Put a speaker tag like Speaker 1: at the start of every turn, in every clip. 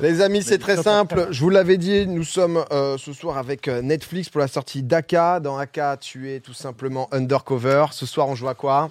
Speaker 1: Les amis, c'est très simple. Je vous l'avais dit, nous sommes euh, ce soir avec euh, Netflix pour la sortie d'Aka. Dans Aka, tu es tout simplement undercover. Ce soir, on joue à quoi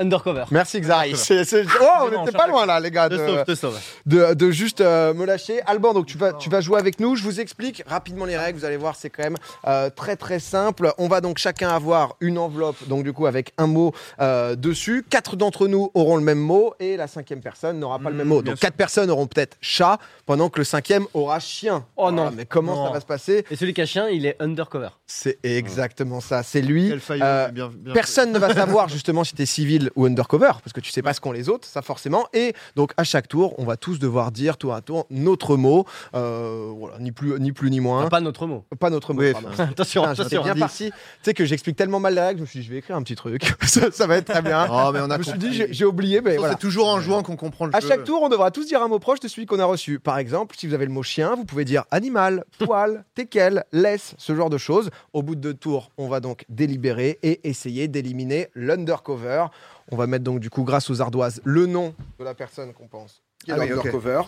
Speaker 2: Undercover.
Speaker 1: Merci Xari. C'est- c'est- Oh, on
Speaker 2: Vraiment,
Speaker 1: n'était pas
Speaker 2: je
Speaker 1: loin là, les gars,
Speaker 2: Te
Speaker 1: Ah, de,
Speaker 2: sauve, te sauve.
Speaker 1: de- de juste euh, me lâcher. Alban, donc tu vas, tu vas jouer avec nous. Je vous explique rapidement les règles. Vous allez voir, c'est quand même euh, très très simple. On va donc chacun avoir une enveloppe, donc du coup avec un mot euh, dessus. Quatre d'entre nous auront le même mot et la cinquième personne n'aura pas le même mot.
Speaker 3: Mm, bien
Speaker 1: Donc quatre personnes auront peut-être chat, pendant que le cinquième aura chien. Ah,
Speaker 2: Oh non.
Speaker 1: mais comment
Speaker 3: Non.
Speaker 1: ça va se passer
Speaker 2: Et celui qui a chien, il est undercover.
Speaker 1: C'est exactement ça. C'est lui.
Speaker 3: Quel faillot,
Speaker 1: Euh,
Speaker 3: c'est bien- bien
Speaker 1: Personne ne va savoir justement si t'es civil ou undercover, parce que tu sais pas ce qu'ont les autres, ça forcément. Et donc à chaque tour, on va tous devoir dire tour à tour notre mot, Euh, voilà, ni plus ni plus ni moins.
Speaker 2: Enfin, pas notre mot.
Speaker 1: Pas notre mot.
Speaker 3: Ah, Oui,
Speaker 1: pardon.
Speaker 4: Ah,
Speaker 2: attention,
Speaker 1: Hein Putain, J'étais
Speaker 2: attention.
Speaker 1: bien parti. Tu sais que j'explique tellement mal la règle, je me suis dit je vais écrire un petit truc, ça, ça va être très bien.
Speaker 3: fait. Oh, mais on
Speaker 1: Ah,
Speaker 3: a
Speaker 1: je me suis
Speaker 3: compris.
Speaker 1: dit j'ai j'ai oublié, mais
Speaker 3: Ça,
Speaker 1: voilà.
Speaker 3: C'est toujours en jouant qu'on comprend le
Speaker 1: À
Speaker 3: jeu.
Speaker 1: chaque tour, on devra tous dire un mot proche de celui qu'on a reçu. Par exemple, si vous avez le mot chien, vous pouvez dire animal, poil, teckel, laisse, ce genre de choses. Au bout de deux tours, on va donc délibérer et essayer d'éliminer l'undercover. On va mettre donc du coup, grâce aux ardoises, le nom de la personne qu'on pense qui est
Speaker 3: Ah oui, ok.
Speaker 1: l'undercover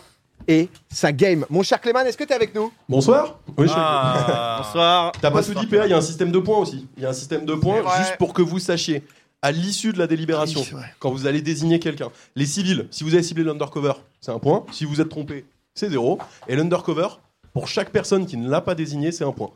Speaker 1: et sa game. Mon cher Clément, est-ce que t'es avec nous
Speaker 5: Bonsoir. Oui, je suis avec vous.
Speaker 2: Bonsoir.
Speaker 5: T'as pas tout dit, PA, il y a un système de points aussi. Il y a un système de points
Speaker 1: C'est vrai.
Speaker 5: juste pour que vous sachiez, à l'issue de la délibération,
Speaker 3: Oui, c'est vrai.
Speaker 5: quand vous allez désigner quelqu'un, les civils, si vous avez ciblé l'undercover, c'est un point. Si vous êtes trompé, c'est zéro. Et l'undercover, pour chaque personne qui ne l'a pas désigné, c'est un point.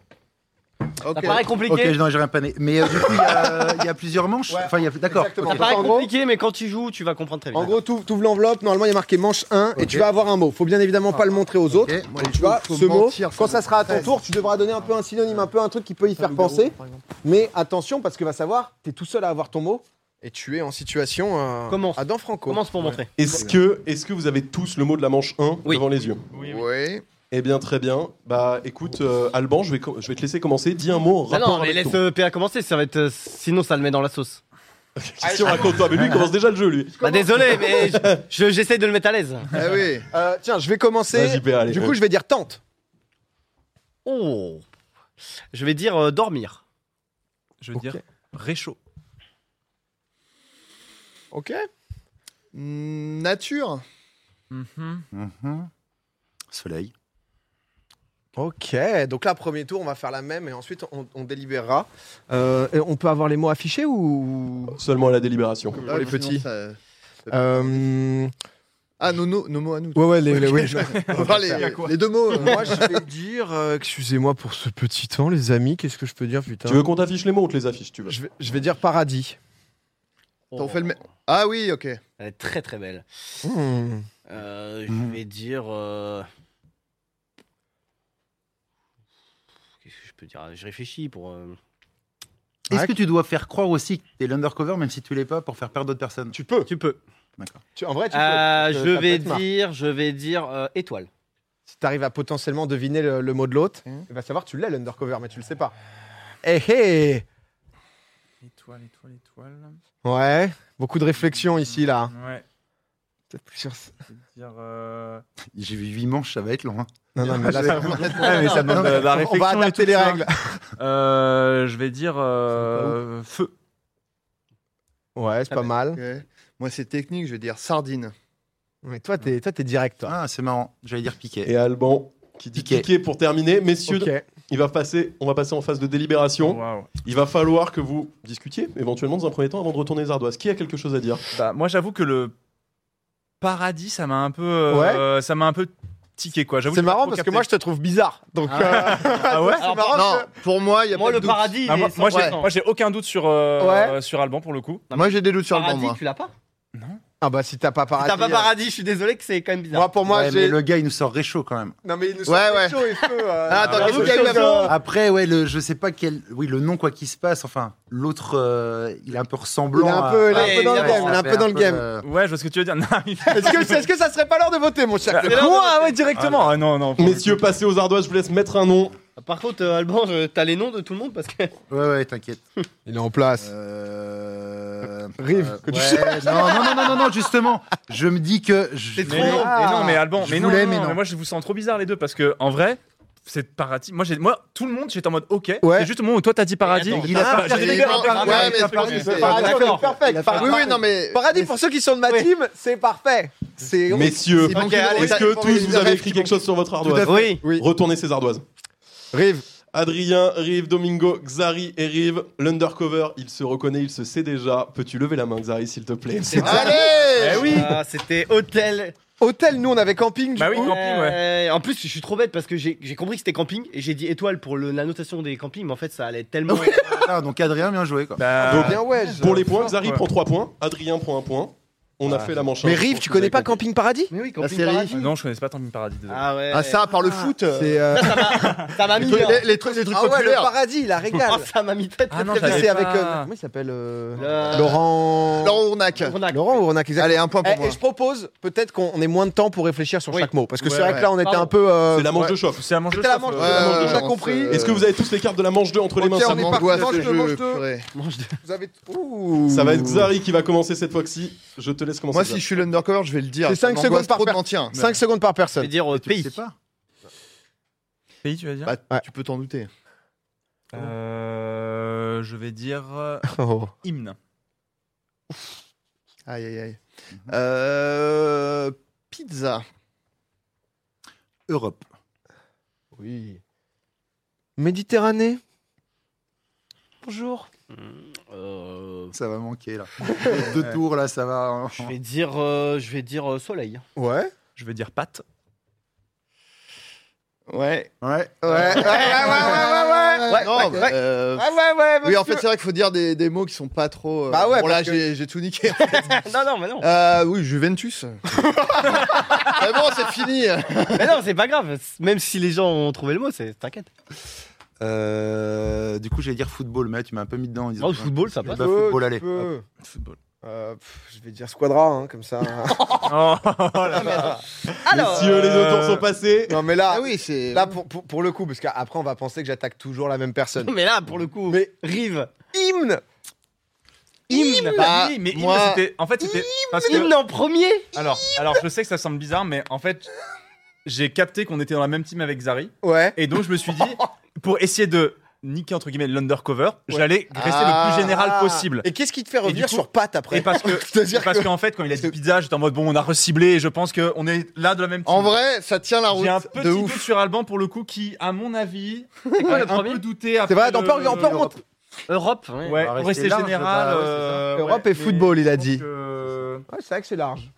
Speaker 3: Ok.
Speaker 2: Ça paraît compliqué.
Speaker 4: Ok, non, j'ai rien pané. Mais euh, du coup, il y, a- il y a plusieurs manches.
Speaker 1: Ouais.
Speaker 4: Enfin, il y a d'accord.
Speaker 1: Exactement.
Speaker 2: Ça
Speaker 4: ok.
Speaker 1: En
Speaker 2: paraît
Speaker 1: gros-
Speaker 2: compliqué, mais quand tu joues, tu vas comprendre très bien.
Speaker 1: En gros, tu ouvres l'enveloppe, normalement il y a marqué manche 1 et
Speaker 4: Ok.
Speaker 1: tu vas avoir un mot. Faut bien évidemment pas le montrer aux autres.
Speaker 4: Moi,
Speaker 1: Donc,
Speaker 4: je
Speaker 1: tu vois,
Speaker 3: Ah. faut
Speaker 1: ce mot,
Speaker 3: mentir,
Speaker 1: quand
Speaker 3: faut
Speaker 1: ça sera à ton
Speaker 3: mentir.
Speaker 1: tour, tu devras donner un peu un synonyme, un peu un truc qui peut y faire penser. Mais attention, parce que va savoir, t'es tout seul à avoir ton mot et tu es en situation euh,
Speaker 2: Commence.
Speaker 1: à Dan Franco.
Speaker 2: Commence pour montrer.
Speaker 5: Est-ce que, est que vous avez tous le mot de la manche 1
Speaker 2: Oui.
Speaker 5: devant les yeux
Speaker 3: Oui.
Speaker 5: Eh bien, très bien. Bah, écoute, euh, Alban, je vais, co- je vais te laisser commencer. Dis un mot en
Speaker 2: Ah
Speaker 5: rapport
Speaker 2: non, mais
Speaker 5: avec
Speaker 2: laisse
Speaker 5: ton-
Speaker 2: euh, PA commencer, ça va être. euh, Sinon, ça le met dans la sauce.
Speaker 5: Question, raconte-toi. Mais lui, il commence déjà le jeu, lui.
Speaker 2: Bah, désolé, mais je- je- j'essaie de le mettre à l'aise.
Speaker 3: Ah oui.
Speaker 1: Euh, tiens, je vais commencer.
Speaker 5: Vas-y, PA, allez. Euh,
Speaker 1: Du coup, je vais dire tente.
Speaker 2: Oh. Je vais dire euh, dormir.
Speaker 6: Je veux
Speaker 1: Ok.
Speaker 6: dire réchaud.
Speaker 1: Ok. Hmm,
Speaker 3: Mm, Nature.
Speaker 4: Mhm. Soleil.
Speaker 3: Ah,
Speaker 1: Ok. Donc là, premier tour, on va faire la même et ensuite on, on délibérera. Euh, et on peut avoir les mots affichés ou
Speaker 5: Seulement à la délibération.
Speaker 3: Pour
Speaker 1: les petits. Euh,
Speaker 3: Ah, nos, nos, nos mots à nous.
Speaker 1: Ouais, ouais, les, hein. les- ouais.
Speaker 3: Enfin, les, les deux mots. euh.
Speaker 1: Moi, je vais dire, euh, excusez-moi pour ce petit temps, les amis. Qu'est-ce que je peux dire, putain
Speaker 5: Tu veux qu'on t'affiche les mots ou on te les affiche, tu veux
Speaker 1: je vais, je vais dire paradis.
Speaker 3: T'en fais le me- Ah oui, ok.
Speaker 2: Elle est très très belle.
Speaker 1: Hmm.
Speaker 2: Euh,
Speaker 4: Mhm.
Speaker 2: Je vais dire. euh, Qu'est-ce que je peux dire Ah, Je réfléchis pour. euh,
Speaker 4: Est-ce
Speaker 1: Ouais.
Speaker 4: que tu dois faire croire aussi que t'es l'undercover, même si tu l'es pas, pour faire perdre d'autres personnes
Speaker 1: Tu peux.
Speaker 2: Tu peux.
Speaker 1: Tu- en vrai, tu peux.
Speaker 2: Euh,
Speaker 1: parce que
Speaker 2: je
Speaker 1: ça peut
Speaker 2: vais
Speaker 1: être marre.
Speaker 2: dire, je vais dire euh, étoile.
Speaker 1: Si t'arrives à potentiellement deviner le, le mot de l'autre,
Speaker 3: Hmm.
Speaker 1: il va savoir tu l'es l'undercover, mais tu le sais pas. Eh hé
Speaker 6: Étoile, étoile, étoile.
Speaker 1: Ouais, beaucoup de réflexion ici, là.
Speaker 6: Ouais.
Speaker 1: Peut-être plus sur-
Speaker 6: Je vais dire. euh,
Speaker 4: J'ai vu 8 manches, ça va être long. hein.
Speaker 1: Non, non, mais là, ça-
Speaker 6: ça demande de la
Speaker 1: on va
Speaker 6: réflexion et
Speaker 1: adapter
Speaker 6: tout
Speaker 1: les
Speaker 6: ça.
Speaker 1: règles.
Speaker 6: euh, je vais dire euh, feu.
Speaker 1: Ouais, c'est
Speaker 2: Ah
Speaker 1: pas
Speaker 2: ben.
Speaker 1: mal.
Speaker 3: Ok. Moi, c'est technique, je vais dire sardine.
Speaker 1: Mais toi, t'es toi, t'es direct, toi.
Speaker 4: Ah, c'est marrant. J'allais dire piqué.
Speaker 5: Et Alban qui dit
Speaker 4: Piqué.
Speaker 5: piqué, pour terminer. Messieurs,
Speaker 1: Ok.
Speaker 5: il va passer, on va passer en phase de délibération.
Speaker 6: Waouh.
Speaker 5: Il va falloir que vous discutiez, éventuellement dans un premier temps, avant de retourner les ardoises. Qui a quelque chose à dire
Speaker 6: Bah, moi, j'avoue que le paradis, ça m'a un peu, euh, ça m'a un peu tiqué quoi. J'avoue.
Speaker 1: C'est
Speaker 6: j'ai pas
Speaker 1: marrant
Speaker 6: trop
Speaker 1: parce que
Speaker 6: capté.
Speaker 1: moi, je te trouve bizarre. Donc, euh,
Speaker 6: Ah ouais.
Speaker 2: Alors,
Speaker 1: marrant,
Speaker 3: non, pour moi, il y a
Speaker 2: moi,
Speaker 3: pas de
Speaker 2: le
Speaker 3: doute.
Speaker 2: paradis, il
Speaker 6: Ah, moi,
Speaker 2: est
Speaker 6: moi, j'ai-
Speaker 2: 100%.
Speaker 6: moi, j'ai aucun doute sur euh,
Speaker 1: Ouais.
Speaker 6: euh, sur Alban pour le coup.
Speaker 3: Moi, j'ai des doutes sur le banc,
Speaker 2: paradis,
Speaker 3: moi.
Speaker 2: tu l'as pas
Speaker 1: Ah bah, si t'as pas paradis.
Speaker 2: T'as pas
Speaker 1: euh,
Speaker 2: paradis, je suis désolé que c'est quand même bizarre.
Speaker 1: Moi, pour moi,
Speaker 4: Ouais, mais
Speaker 1: j'ai.
Speaker 4: le gars, il nous sort réchaud quand même.
Speaker 1: Non, mais il nous
Speaker 3: Ouais,
Speaker 1: sort
Speaker 3: ouais.
Speaker 1: chaud et feu. euh,
Speaker 3: Ah, attends,
Speaker 1: euh,
Speaker 2: bah,
Speaker 3: qu'est-ce qu'il y a eu
Speaker 1: chose,
Speaker 3: avant
Speaker 1: euh,
Speaker 4: Après, ouais, le, je sais pas quel. Oui, le nom, quoi qu'il se passe. Enfin, l'autre, euh, il est un peu ressemblant.
Speaker 1: Il est un
Speaker 4: à-
Speaker 1: peu- il
Speaker 2: est un peu dans le game,
Speaker 4: ouais, ça
Speaker 1: il est un
Speaker 4: fait
Speaker 1: peu dans le game.
Speaker 4: euh,
Speaker 6: Ouais, je vois ce que tu veux dire. Non, mais-
Speaker 1: Est-ce que, est-ce que ça serait pas l'heure de voter, mon cher Clément
Speaker 6: Quoi Ah ouais, directement. Ah, non, non. pour le
Speaker 5: Messieurs, passez aux ardoises, je vous laisse mettre un nom.
Speaker 2: Par contre, euh, Alban, je- t'as les noms de tout le monde parce que.
Speaker 4: Ouais, ouais, t'inquiète.
Speaker 1: Il est en place.
Speaker 4: Euh...
Speaker 1: Rive,
Speaker 4: euh,
Speaker 1: que tu
Speaker 4: ouais, non, non, non, non, non, non, justement. Je me dis que. Je
Speaker 2: C'est
Speaker 6: Mais,
Speaker 2: trop
Speaker 4: voulais-
Speaker 2: long.
Speaker 6: mais non, mais Alban,
Speaker 4: Je
Speaker 6: mais non,
Speaker 4: voulais,
Speaker 6: non,
Speaker 4: mais
Speaker 6: non,
Speaker 4: non.
Speaker 6: mais moi je vous sens trop bizarre les deux parce que en vrai, c'est paradis. Moi, j'ai- moi, tout le monde, j'étais en mode OK.
Speaker 1: Ouais.
Speaker 6: C'est juste au moment où toi, t'as dit paradis.
Speaker 2: attends,
Speaker 6: il a
Speaker 1: ah,
Speaker 6: pas-
Speaker 1: j'ai
Speaker 6: j'ai-
Speaker 1: dit
Speaker 6: j'ai-
Speaker 1: paradis,
Speaker 6: j'ai-
Speaker 3: ouais, mais
Speaker 6: j'ai-
Speaker 3: parce
Speaker 6: j'ai-
Speaker 3: que c'est-
Speaker 6: j'ai-
Speaker 1: Ah, d'accord,
Speaker 6: d'accord.
Speaker 1: parfait. Par-
Speaker 3: Oui, oui, non, mais.
Speaker 1: Paradis, pour ceux qui sont de ma team, c'est parfait. C'est
Speaker 5: Messieurs,
Speaker 3: c'est bon,
Speaker 5: est-ce
Speaker 3: allez,
Speaker 5: que
Speaker 3: t'as-
Speaker 5: tous vous avez
Speaker 3: t'as-
Speaker 5: écrit quelque chose sur votre ardoise
Speaker 2: Oui.
Speaker 1: Oui.
Speaker 5: Retournez ces ardoises.
Speaker 1: Rive.
Speaker 5: Adrien, Rive, Domingo, Xari et Rive. L'undercover, il se reconnaît, il se sait déjà. Peux-tu lever la main, Xari, s'il te plaît
Speaker 2: C'est
Speaker 1: Eh
Speaker 3: Allez
Speaker 1: oui.
Speaker 2: Ah, C'était hôtel.
Speaker 1: Hôtel, nous, on avait camping. Du
Speaker 6: Bah oui,
Speaker 1: coup.
Speaker 6: camping, ouais.
Speaker 2: Euh, En plus, je suis trop bête parce que j'ai j'ai compris que c'était camping et j'ai dit étoile pour le- la notation des campings, mais en fait, ça allait tellement.
Speaker 4: Ah, donc Adrien, bien joué. Quoi.
Speaker 6: Bah,
Speaker 5: Donc,
Speaker 1: Bien ouais. je-
Speaker 5: Pour les points, Xari
Speaker 6: Ouais.
Speaker 5: prend 3 points, Adrien prend 1 point. On
Speaker 1: Ah.
Speaker 5: a fait la manche.
Speaker 1: Mais
Speaker 5: hein, je
Speaker 1: Rive,
Speaker 5: pense
Speaker 1: tu
Speaker 5: que
Speaker 1: connais
Speaker 5: vous
Speaker 1: pas
Speaker 5: avez compris.
Speaker 1: Camping Paradis
Speaker 2: Mais oui,
Speaker 3: La série.
Speaker 2: paradis.
Speaker 6: non, je connais pas tant que paradis. désolé.
Speaker 2: Ah ouais.
Speaker 3: Ah, ça, par le foot.
Speaker 1: C'est. euh,
Speaker 2: ça m'a mis.
Speaker 3: Les,
Speaker 2: bien.
Speaker 3: les- les trucs, les trucs
Speaker 1: Ah ouais, le
Speaker 3: populaires.
Speaker 1: paradis, la
Speaker 2: Ah,
Speaker 1: régale.
Speaker 2: ça m'a mis tête.
Speaker 6: Ah non,
Speaker 2: tête,
Speaker 6: j'avais
Speaker 1: C'est avec.
Speaker 6: pas.
Speaker 1: euh, comment il s'appelle euh,
Speaker 2: Le-
Speaker 1: Laurent.
Speaker 3: Laurent Ournac.
Speaker 2: tête. Tournac.
Speaker 1: Laurent ou on a exactement.
Speaker 3: Allez, un point pour
Speaker 1: Eh,
Speaker 3: moi.
Speaker 1: Et je propose peut-être qu'on ait moins de temps pour réfléchir sur
Speaker 2: Oui.
Speaker 1: chaque mot. Parce que
Speaker 6: Ouais,
Speaker 1: c'est vrai
Speaker 3: ouais.
Speaker 1: que là, on était
Speaker 2: Pardon.
Speaker 1: un peu. euh,
Speaker 5: C'est la manche de chauffe.
Speaker 6: C'est la manche de
Speaker 1: C'était la
Speaker 6: chauffe,
Speaker 1: manche de
Speaker 6: euh,
Speaker 1: chauffe.
Speaker 3: ouais,
Speaker 1: on a
Speaker 3: ouais,
Speaker 1: compris.
Speaker 3: on se-
Speaker 5: Est-ce que vous avez tous les cartes de la manche 2 entre les mains
Speaker 1: Ok, on
Speaker 5: ça,
Speaker 1: est
Speaker 5: va-
Speaker 1: parti.
Speaker 3: M'angoisse,
Speaker 1: Mange-le,
Speaker 3: je-
Speaker 1: mange-le.
Speaker 3: purée.
Speaker 2: Mange de-
Speaker 1: Vous avez. Ouh.
Speaker 5: ça va être Xari qui va commencer cette fois-ci. Je te laisse commencer.
Speaker 3: Moi, si je suis l'undercover, je vais le dire.
Speaker 1: C'est
Speaker 3: Ça
Speaker 1: cinq
Speaker 3: m'angoisse
Speaker 1: secondes par
Speaker 3: trop de
Speaker 1: per-
Speaker 3: mentir.
Speaker 1: 5 secondes par
Speaker 2: Je vais
Speaker 1: personne.
Speaker 2: dire euh,
Speaker 4: Tu le
Speaker 2: pays.
Speaker 4: sais pas
Speaker 6: Pays, tu vas dire
Speaker 3: Bah,
Speaker 1: Ouais.
Speaker 3: Tu peux t'en douter.
Speaker 6: Euh, Je vais dire euh,
Speaker 1: Oh.
Speaker 6: hymne.
Speaker 3: Aïe, aïe, aïe.
Speaker 4: Mhm.
Speaker 3: Euh, Pizza.
Speaker 4: Europe.
Speaker 1: Oui. Méditerranée. Bonjour.
Speaker 2: Euh,
Speaker 4: Ça va manquer là. Deux tours là, ça va.
Speaker 2: Je vais dire, euh, je vais dire euh, soleil.
Speaker 1: Ouais.
Speaker 6: Je vais dire pâte.
Speaker 3: Ouais.
Speaker 4: Ouais.
Speaker 3: Ouais. Ouais, ouais, ouais, ouais,
Speaker 2: Ouais,
Speaker 3: Non,
Speaker 2: ouais,
Speaker 3: bah, euh,
Speaker 1: Ah ouais, ouais,
Speaker 3: Oui, en fait, c'est vrai qu'il faut dire des, des mots qui sont pas trop. euh,
Speaker 1: Bah ouais,
Speaker 3: Bon, là,
Speaker 1: parce que-
Speaker 3: j'ai- j'ai tout niqué.
Speaker 2: non, non, mais non.
Speaker 3: Euh, oui, Juventus. Mais bon, c'est fini.
Speaker 2: mais non, c'est pas grave. Même si les gens ont trouvé le mot, c'est t'inquiète.
Speaker 4: Euh, du coup, j'allais dire football, mais là, tu m'as un peu mis dedans en disant.
Speaker 2: Oh, le football, ça
Speaker 4: Bah,
Speaker 2: passe.
Speaker 4: football, allez.
Speaker 1: Peu.
Speaker 6: Football.
Speaker 1: Euh, pff, je vais dire Squadra, hein, comme ça.
Speaker 6: Oh, là là.
Speaker 2: Alors,
Speaker 5: Messieurs, les deux
Speaker 6: Euh,
Speaker 5: tours sont passés.
Speaker 1: non, mais là,
Speaker 3: Ah oui, c'est.
Speaker 1: là pour, pour, pour le coup, parce qu'après, on va penser que j'attaque toujours la même personne.
Speaker 2: mais là, pour le coup,
Speaker 1: Mais-
Speaker 2: Rive.
Speaker 1: Hymne
Speaker 2: Hymne.
Speaker 3: Bah,
Speaker 6: oui, mais hymne,
Speaker 3: moi-
Speaker 6: c'était. En fait, c'était. parce que-
Speaker 2: Hymne en premier.
Speaker 6: Alors, alors, je sais que ça semble bizarre, mais en fait, j'ai capté qu'on était dans la même team avec Zari.
Speaker 1: Ouais.
Speaker 6: Et donc, je me suis dit, pour essayer de niquer, entre guillemets, l'undercover, j'allais rester
Speaker 3: Ah.
Speaker 6: le plus général
Speaker 1: Ah.
Speaker 6: possible.
Speaker 1: Et qu'est-ce qui te fait revenir
Speaker 6: du coup-
Speaker 1: sur patte après
Speaker 6: Et parce que.
Speaker 1: C'est-à-dire
Speaker 6: parce
Speaker 1: que-
Speaker 6: qu'en fait, quand il a dit pizza, j'étais en mode bon, on a reciblé et je pense qu'on est là de la même team.
Speaker 3: En vrai, ça tient la route
Speaker 6: J'ai un petit
Speaker 3: de
Speaker 6: doute
Speaker 3: ouf.
Speaker 6: sur Alban pour le coup qui, à mon avis,
Speaker 2: quoi,
Speaker 6: a
Speaker 2: le
Speaker 6: un
Speaker 2: premier
Speaker 6: peu douté.
Speaker 1: C'est
Speaker 6: après
Speaker 1: vrai, on
Speaker 6: le-
Speaker 1: peut on peut remonter.
Speaker 2: Europe.
Speaker 6: Ouais,
Speaker 4: On va
Speaker 6: pour
Speaker 4: rester
Speaker 6: rester
Speaker 4: large,
Speaker 6: général.
Speaker 4: bah ouais, c'est ça.
Speaker 6: euh,
Speaker 1: Europe
Speaker 6: ouais,
Speaker 1: et football,
Speaker 6: mais
Speaker 1: il a
Speaker 6: je
Speaker 1: dit.
Speaker 6: pense que- euh,
Speaker 1: Ouais, c'est vrai que c'est large.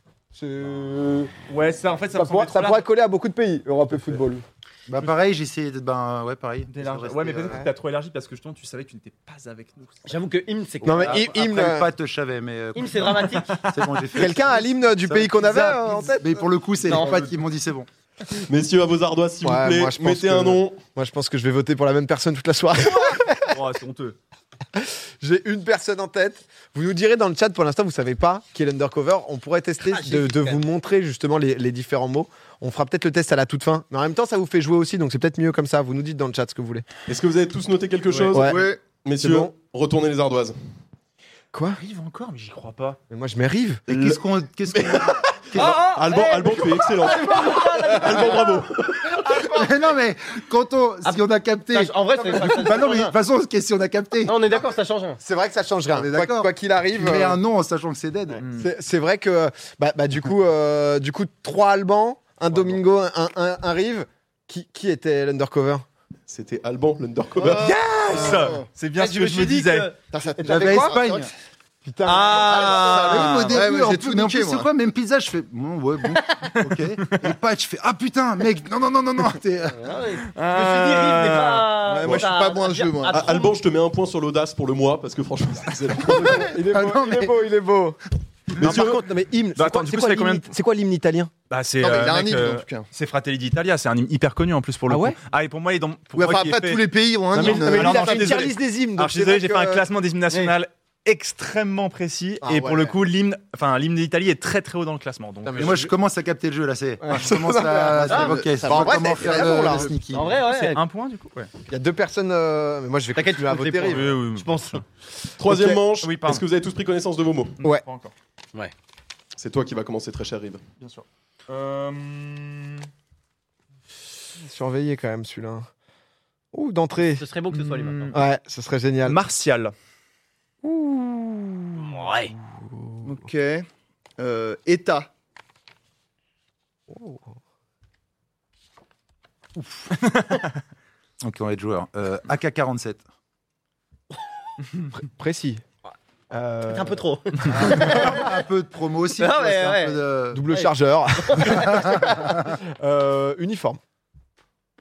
Speaker 6: Ouais, ça, en fait, ça,
Speaker 1: Ça,
Speaker 6: me semblait
Speaker 1: pourrait, ça
Speaker 6: trop
Speaker 1: pourrait coller à beaucoup de pays, Europe et football.
Speaker 4: Bah, pareil, j'ai essayé de. Ben, ouais, pareil.
Speaker 6: large.
Speaker 4: Rester,
Speaker 6: Ouais, mais
Speaker 4: euh,
Speaker 6: peut-être que t'as trop élargi parce que justement, tu savais que tu n'étais pas avec nous.
Speaker 2: J'avoue que hymne, c'est.
Speaker 1: Non, mais
Speaker 4: Après,
Speaker 1: hymne- hymne,
Speaker 4: après,
Speaker 1: euh,
Speaker 4: le pâte, je savais, mais. euh,
Speaker 2: Hymne, c'est dramatique.
Speaker 4: C'est bon, j'ai fait.
Speaker 1: Quelqu'un a l'hymne du
Speaker 4: Ça,
Speaker 1: pays qu'on avait
Speaker 4: pizza,
Speaker 1: euh, en
Speaker 4: pizza.
Speaker 1: tête
Speaker 4: Mais pour le coup, c'est
Speaker 2: Non.
Speaker 4: les potes qui m'ont dit c'est bon.
Speaker 5: Messieurs, à vos ardoises, s'il
Speaker 1: Ouais,
Speaker 5: vous plaît.
Speaker 1: moi, je pense
Speaker 5: Mettez un
Speaker 1: que-
Speaker 5: nom.
Speaker 1: Moi, je pense que je vais voter pour la même personne toute la soirée.
Speaker 6: Oh, c'est honteux.
Speaker 1: J'ai une personne en tête. Vous nous direz dans le chat, pour l'instant, vous savez pas qui est l'undercover. On pourrait tester
Speaker 2: Ah, j'ai
Speaker 1: de,
Speaker 2: vu,
Speaker 1: de
Speaker 2: quand
Speaker 1: vous montrer justement les, les différents mots. On fera peut-être le test à la toute fin. Mais en même temps, ça vous fait jouer aussi, donc c'est peut-être mieux comme ça. Vous nous dites dans le chat ce que vous voulez.
Speaker 5: Est-ce que vous avez tous noté quelque chose
Speaker 1: Ouais.
Speaker 3: Ouais.
Speaker 5: Messieurs,
Speaker 1: C'est bon.
Speaker 5: retournez les ardoises.
Speaker 1: Quoi
Speaker 6: Arrive encore, mais j'y crois pas.
Speaker 1: Mais moi, je m'arrive.
Speaker 4: Et Qu'est-ce qu'on. Qu'est-ce qu'on.
Speaker 2: Ah, ah,
Speaker 5: Alban,
Speaker 2: eh,
Speaker 5: Alban, tu es excellent. Alban, bravo.
Speaker 4: Mais non, mais quand on. Si on a capté.
Speaker 2: ça- En vrai, c'est. ça- ça-
Speaker 4: Bah non, mais de toute façon, qu'est-ce si on a capté
Speaker 2: Non, on est d'accord, ça change rien.
Speaker 1: C'est vrai que ça change rien.
Speaker 4: On est
Speaker 1: Quoi-
Speaker 4: d'accord.
Speaker 1: Quoi qu'il
Speaker 4: Tu
Speaker 1: arrive.
Speaker 4: mets
Speaker 1: euh,
Speaker 4: un nom en sachant que c'est dead.
Speaker 1: C'est- C'est vrai que bah, bah, du coup euh, du coup trois Albans, un Domingo, un, un, un Rive. Qui, qui était l'undercover
Speaker 5: C'était Alban, l'undercover. Ah,
Speaker 6: Ça, c'est bien
Speaker 2: Eh,
Speaker 6: ce que je me disais.
Speaker 2: que-
Speaker 3: Putain, ça-
Speaker 4: J'avais
Speaker 1: quoi
Speaker 4: Espagne.
Speaker 1: Putain.
Speaker 4: Ah,
Speaker 6: Ah,
Speaker 4: oui, mais au
Speaker 3: Ouais,
Speaker 4: début,
Speaker 3: mais
Speaker 4: en
Speaker 3: j'ai
Speaker 4: plus,
Speaker 3: tout
Speaker 4: mais en
Speaker 3: niqué,
Speaker 4: plus,
Speaker 3: moi.
Speaker 4: c'est quoi Même pizza, je fais. Bon, ouais, bon. ok. Et Patch, je fais. Ah putain, mec, non, non, non, non, non. t'es- euh.
Speaker 2: Ah ouais. Je me suis dit, Rive n'est
Speaker 6: Ah.
Speaker 2: pas.
Speaker 3: Ouais, Bah, moi, je suis
Speaker 2: à-
Speaker 3: pas bon à ce
Speaker 2: à-
Speaker 3: jeu, moi.
Speaker 2: à
Speaker 5: Ah,
Speaker 2: trente.
Speaker 5: Alban, je te mets un point sur l'audace pour le mois parce que franchement, c'est excellent.
Speaker 1: il, est beau,
Speaker 4: Ah non,
Speaker 1: il est
Speaker 4: mais-
Speaker 1: beau, il est beau. Non,
Speaker 5: Messieurs-
Speaker 1: par contre, non, mais hymne,
Speaker 6: Bah,
Speaker 1: c'est quoi-
Speaker 6: attends, du
Speaker 1: c'est
Speaker 6: coup,
Speaker 1: quoi
Speaker 6: ça fait combien de-
Speaker 1: l'hymne- c'est quoi l'hymne italien
Speaker 6: Bah, c'est.
Speaker 3: Non, mais
Speaker 6: euh,
Speaker 3: il a un
Speaker 6: mec,
Speaker 3: hymne,
Speaker 6: euh,
Speaker 3: en tout cas.
Speaker 6: C'est Fratelli d'Italia, c'est un hymne hyper connu en plus pour le
Speaker 1: Ah
Speaker 6: coup.
Speaker 1: ouais
Speaker 6: ah, et pour moi, il est dans. Pour
Speaker 3: Ouais,
Speaker 6: moi,
Speaker 3: enfin,
Speaker 6: qui ai
Speaker 3: pas
Speaker 6: fait-
Speaker 3: tous les pays ont un
Speaker 6: Non, mais-
Speaker 3: hymne.
Speaker 1: Non, mais lui,
Speaker 6: alors
Speaker 1: il a
Speaker 6: non,
Speaker 1: fait
Speaker 6: je
Speaker 1: une
Speaker 6: suis
Speaker 1: tier
Speaker 6: désolé.
Speaker 1: list des hymnes.
Speaker 6: Alors,
Speaker 1: donc
Speaker 6: je
Speaker 1: c'est
Speaker 6: suis désolé, j'ai
Speaker 1: vrai
Speaker 6: fait un
Speaker 1: que- euh,
Speaker 6: classement des hymnes nationales extrêmement précis.
Speaker 1: Ah
Speaker 6: et pour
Speaker 1: ouais.
Speaker 6: le coup, l'hymne, enfin, l'hymne d'Italie est très très haut dans le classement. Donc,
Speaker 1: Putain, mais
Speaker 4: Et moi, je commence à capter le jeu là, c'est. Je commence à.
Speaker 3: Ah,
Speaker 4: c'est- Ok, ça
Speaker 3: bah, en
Speaker 4: va
Speaker 3: vrai,
Speaker 4: comment
Speaker 3: c'est
Speaker 4: faire
Speaker 3: très bon,
Speaker 4: le-
Speaker 3: là.
Speaker 4: le sneaky.
Speaker 2: En vrai, ouais.
Speaker 6: c'est un point du coup ouais.
Speaker 1: Il y a deux personnes. euh, Mais moi, je vais
Speaker 2: T'inquiète,
Speaker 1: continuer à
Speaker 2: je compte les
Speaker 1: voter.
Speaker 2: points.
Speaker 1: Rive.
Speaker 2: Je pense.
Speaker 5: Troisième
Speaker 1: Ok.
Speaker 5: manche.
Speaker 6: Oui, pardon.
Speaker 5: Est-ce que vous avez tous pris connaissance de vos mots
Speaker 1: Ouais.
Speaker 6: Pas encore.
Speaker 5: C'est toi qui va commencer, très cher Rive.
Speaker 6: Bien sûr. Euh,
Speaker 1: Surveillez quand même celui-là. Ouh, d'entrée.
Speaker 2: Ce serait beau que ce soit lui maintenant.
Speaker 1: Ouais, ce serait génial.
Speaker 6: Martial.
Speaker 2: Ouais.
Speaker 3: Ok. Euh, état.
Speaker 4: Ok, on va être joueur. Euh, AK-47.
Speaker 1: Précis. Euh,
Speaker 2: C'est un peu trop.
Speaker 4: un peu de promo aussi.
Speaker 2: Non,
Speaker 4: tu vois,
Speaker 2: mais
Speaker 4: c'est un
Speaker 2: ouais.
Speaker 4: peu de-
Speaker 1: Double chargeur. Euh, uniforme.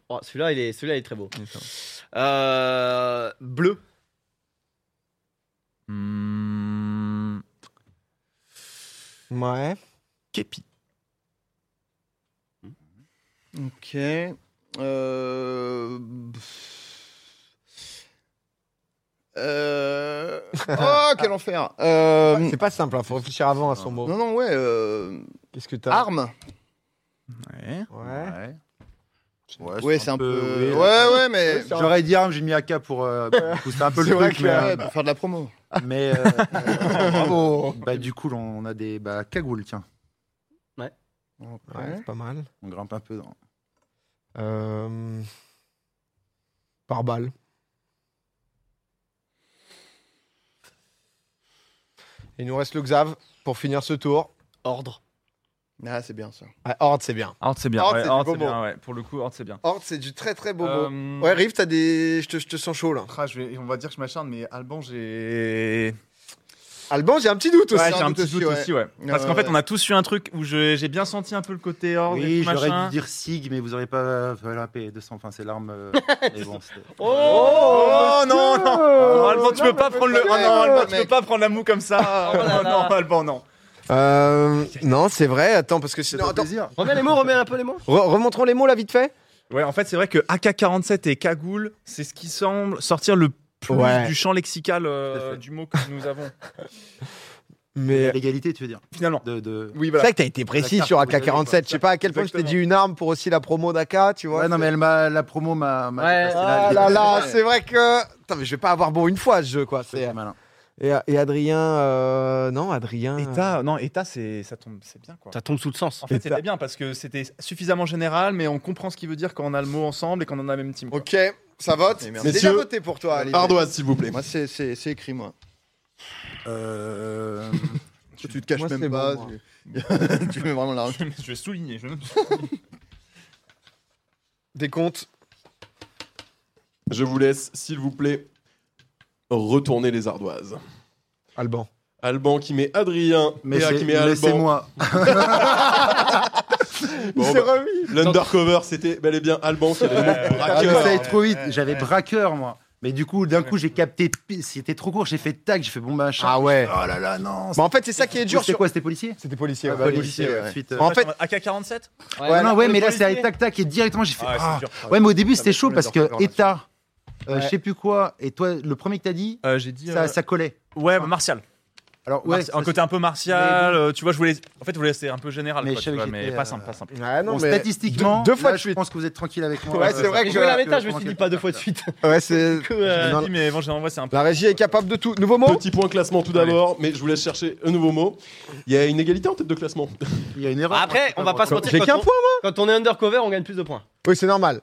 Speaker 2: Oh, celui-là, il est, celui-là, il est très beau. Euh, bleu.
Speaker 6: Hmm,
Speaker 1: Ouais.
Speaker 6: Képi.
Speaker 3: Ok. Euh... Euh... Oh, quel enfer. Euh...
Speaker 1: C'est pas simple, il faut réfléchir avant à son mot.
Speaker 3: Non, non, ouais. Euh...
Speaker 1: Qu'est-ce que t'as
Speaker 3: Arme.
Speaker 6: Ouais.
Speaker 1: Ouais.
Speaker 4: Ouais,
Speaker 3: Ouais, Ah, c'est un peu.
Speaker 4: oui,
Speaker 3: ouais, ouais, mais.
Speaker 1: c'est
Speaker 4: J'aurais dit arme, j'ai mis AK pour euh, pour booster un peu le
Speaker 1: C'est vrai
Speaker 4: truc,
Speaker 1: que-
Speaker 4: mais,
Speaker 3: Ouais,
Speaker 4: euh,
Speaker 3: pour faire de la promo.
Speaker 4: mais, euh, euh, bravo. Bah, du coup, on a des bah, cagoules, tiens.
Speaker 1: Ouais, c'est pas mal.
Speaker 4: On grimpe un peu. Dans...
Speaker 1: Euh, Par balle. Il nous reste le Xav pour finir ce tour.
Speaker 2: Ordre.
Speaker 3: Ah, c'est bien ça.
Speaker 1: Ah, Horde, c'est bien.
Speaker 6: Horde, c'est bien.
Speaker 1: Horde,
Speaker 6: ouais,
Speaker 1: c'est du
Speaker 6: Horde,
Speaker 1: beau
Speaker 6: c'est bien, ouais. Pour le coup, Horde, c'est bien.
Speaker 1: Horde, c'est du très très beau
Speaker 6: Euh,
Speaker 1: Ouais, Rive, t'as des. Je te, je te sens chaud là.
Speaker 7: Ah, je vais- on va dire que je m'acharne, mais Alban, j'ai.
Speaker 1: Alban, j'ai un petit doute aussi.
Speaker 6: Ouais,
Speaker 3: un
Speaker 6: j'ai un
Speaker 3: doute
Speaker 6: petit doute
Speaker 3: aussi, ouais.
Speaker 6: aussi, ouais. Parce
Speaker 3: Ouais,
Speaker 6: qu'en fait,
Speaker 3: ouais.
Speaker 6: on a tous eu un truc où je- j'ai bien senti un peu le côté Horde et
Speaker 4: Oui,
Speaker 6: tout
Speaker 4: j'aurais
Speaker 6: machin.
Speaker 4: dû dire SIG, mais vous aurez pas euh, la P200. Enfin, c'est l'arme. euh, mais bon, c'était-
Speaker 6: Oh, non, non Oh, Alban, tu
Speaker 1: non,
Speaker 6: peux pas prendre le. Oh non, Alban, tu peux pas prendre la moue comme ça. Oh
Speaker 2: là là.
Speaker 6: non, Alban, non.
Speaker 1: Euh, non, c'est vrai. Attends, parce que
Speaker 4: Ça
Speaker 1: sinon.
Speaker 4: fait
Speaker 1: Attends.
Speaker 4: plaisir.
Speaker 2: Remets les mots, remets un peu les mots.
Speaker 1: Re- remontrons les mots là, vite fait.
Speaker 6: Ouais, en fait, c'est vrai que AK-47 et Cagoule, c'est ce qui semble sortir le plus
Speaker 1: Ouais.
Speaker 6: du champ lexical euh,
Speaker 4: Tout à fait.
Speaker 6: du mot que nous avons,
Speaker 1: Mais.
Speaker 4: L'égalité, tu veux dire
Speaker 6: finalement.
Speaker 4: de, de...
Speaker 6: Oui,
Speaker 1: C'est
Speaker 6: voilà.
Speaker 1: vrai que t'as été précis
Speaker 4: La
Speaker 1: sur
Speaker 4: carte, vous
Speaker 1: AK-47.
Speaker 4: avez,
Speaker 1: Je sais pas à quel point je t'ai dit
Speaker 6: Exactement.
Speaker 1: une arme pour aussi la promo d'AK, tu vois.
Speaker 4: Ouais, non, mais elle m'a la promo m'a. m'a
Speaker 2: Ouais.
Speaker 4: dépassé,
Speaker 1: Ah
Speaker 4: là,
Speaker 1: là là,
Speaker 3: Ouais.
Speaker 1: c'est vrai que. Putain, mais je vais pas avoir bon une fois ce jeu, quoi.
Speaker 4: c'est
Speaker 1: C'est-
Speaker 4: malin.
Speaker 1: Et, et Adrien. euh, Non, Adrien.
Speaker 6: État, non, État, c'est ça tombe, c'est bien quoi.
Speaker 2: Ça tombe sous le sens.
Speaker 6: En fait,
Speaker 1: État.
Speaker 6: c'était bien parce que c'était suffisamment général, mais on comprend ce qu'il veut dire quand on a le mot ensemble et quand on a la même team. quoi.
Speaker 1: Ok, ça vote.
Speaker 3: Et
Speaker 1: C'est
Speaker 3: merci.
Speaker 1: déjà
Speaker 5: Messieurs,
Speaker 1: voté pour toi, Ali.
Speaker 5: Ardoise, s'il vous plaît.
Speaker 3: Moi, c'est- c'est c'est écrit, moi.
Speaker 4: Euh...
Speaker 3: Tu te caches
Speaker 1: Moi, c'est
Speaker 3: même
Speaker 1: bon,
Speaker 3: pas.
Speaker 1: moi.
Speaker 3: tu- tu mets vraiment l'arme.
Speaker 6: je vais souligner. Je vais... même-
Speaker 1: Des comptes.
Speaker 5: Je vous laisse, s'il vous plaît, retourner les ardoises.
Speaker 1: Alban.
Speaker 5: Alban qui met Adrien,
Speaker 4: Mais
Speaker 5: Théa
Speaker 4: c'est-
Speaker 5: qui met Alban.
Speaker 4: laissez-moi.
Speaker 5: Bon, bah, L'undercover, c'était bel et bien Alban qui avait le mot
Speaker 4: Ah, mais
Speaker 5: braqueur.
Speaker 4: ça allait trop vite. J'avais braqueur moi. Mais du coup, d'un coup, j'ai capté. pi- C'était trop court. J'ai fait tac. J'ai fait bon bah.
Speaker 1: Ah ouais.
Speaker 4: Oh là là non.
Speaker 1: Bah, en fait, c'est ça qui est dur.
Speaker 4: C'était
Speaker 1: Sur... Ah,
Speaker 4: quoi C'était policier Ah bah,
Speaker 1: C'était policier. bah ouais.
Speaker 4: Policier.
Speaker 3: ouais.
Speaker 4: Ensuite, euh,
Speaker 1: En fait,
Speaker 6: AK-47
Speaker 2: Ouais,
Speaker 4: non, ouais,
Speaker 2: pour les
Speaker 4: mais là, c'est allé
Speaker 2: policiers.
Speaker 4: tac tac et directement j'ai fait.
Speaker 6: Ah ouais, c'est
Speaker 4: ah.
Speaker 6: dur.
Speaker 4: Ouais, mais au début, c'était mais chaud tous les parce que orfèvres état, euh,
Speaker 1: Ouais.
Speaker 4: je sais plus quoi. Et toi, le premier que t'as dit,
Speaker 6: Euh, J'ai dit. euh,
Speaker 4: ça, ça collait.
Speaker 6: Ouais, bah, martial.
Speaker 4: Alors ouais.
Speaker 6: Marti- un
Speaker 4: ça,
Speaker 6: côté un peu martial.
Speaker 4: Mais
Speaker 6: euh, tu vois, je voulais. En fait, je voulais rester un peu général.
Speaker 4: Mais je
Speaker 6: quoi, tu
Speaker 4: savais
Speaker 6: vois,
Speaker 4: que
Speaker 6: mais
Speaker 4: j'étais,
Speaker 6: pas
Speaker 4: euh,
Speaker 6: simple, pas simple.
Speaker 1: Ouais, non,
Speaker 4: Bon,
Speaker 1: mais-
Speaker 4: statistiquement,
Speaker 1: deux- deux fois
Speaker 4: là,
Speaker 1: de
Speaker 4: je
Speaker 1: suite.
Speaker 4: pense que vous êtes tranquille avec moi.
Speaker 1: Ouais, c'est
Speaker 4: Euh,
Speaker 1: vrai
Speaker 2: J'ai
Speaker 1: que
Speaker 2: joué
Speaker 1: je-
Speaker 2: la méta, je me suis dit pas deux fois de suite.
Speaker 1: Ouais, c'est.
Speaker 2: Du coup, euh,
Speaker 1: Non,
Speaker 6: J'ai dit, mais moi, généralement, c'est un peu.
Speaker 1: La régie est capable de tout. Nouveau mot
Speaker 5: Petit point classement tout d'abord, mais je vous laisse chercher un nouveau mot. Il y a une égalité en tête de classement.
Speaker 4: Il y a une erreur.
Speaker 2: Après, on va pas se mentir.
Speaker 1: J'ai
Speaker 2: quand
Speaker 1: qu'un
Speaker 2: on-
Speaker 1: point,
Speaker 2: Quand on est undercover, on gagne plus de points.
Speaker 1: Oui, c'est normal.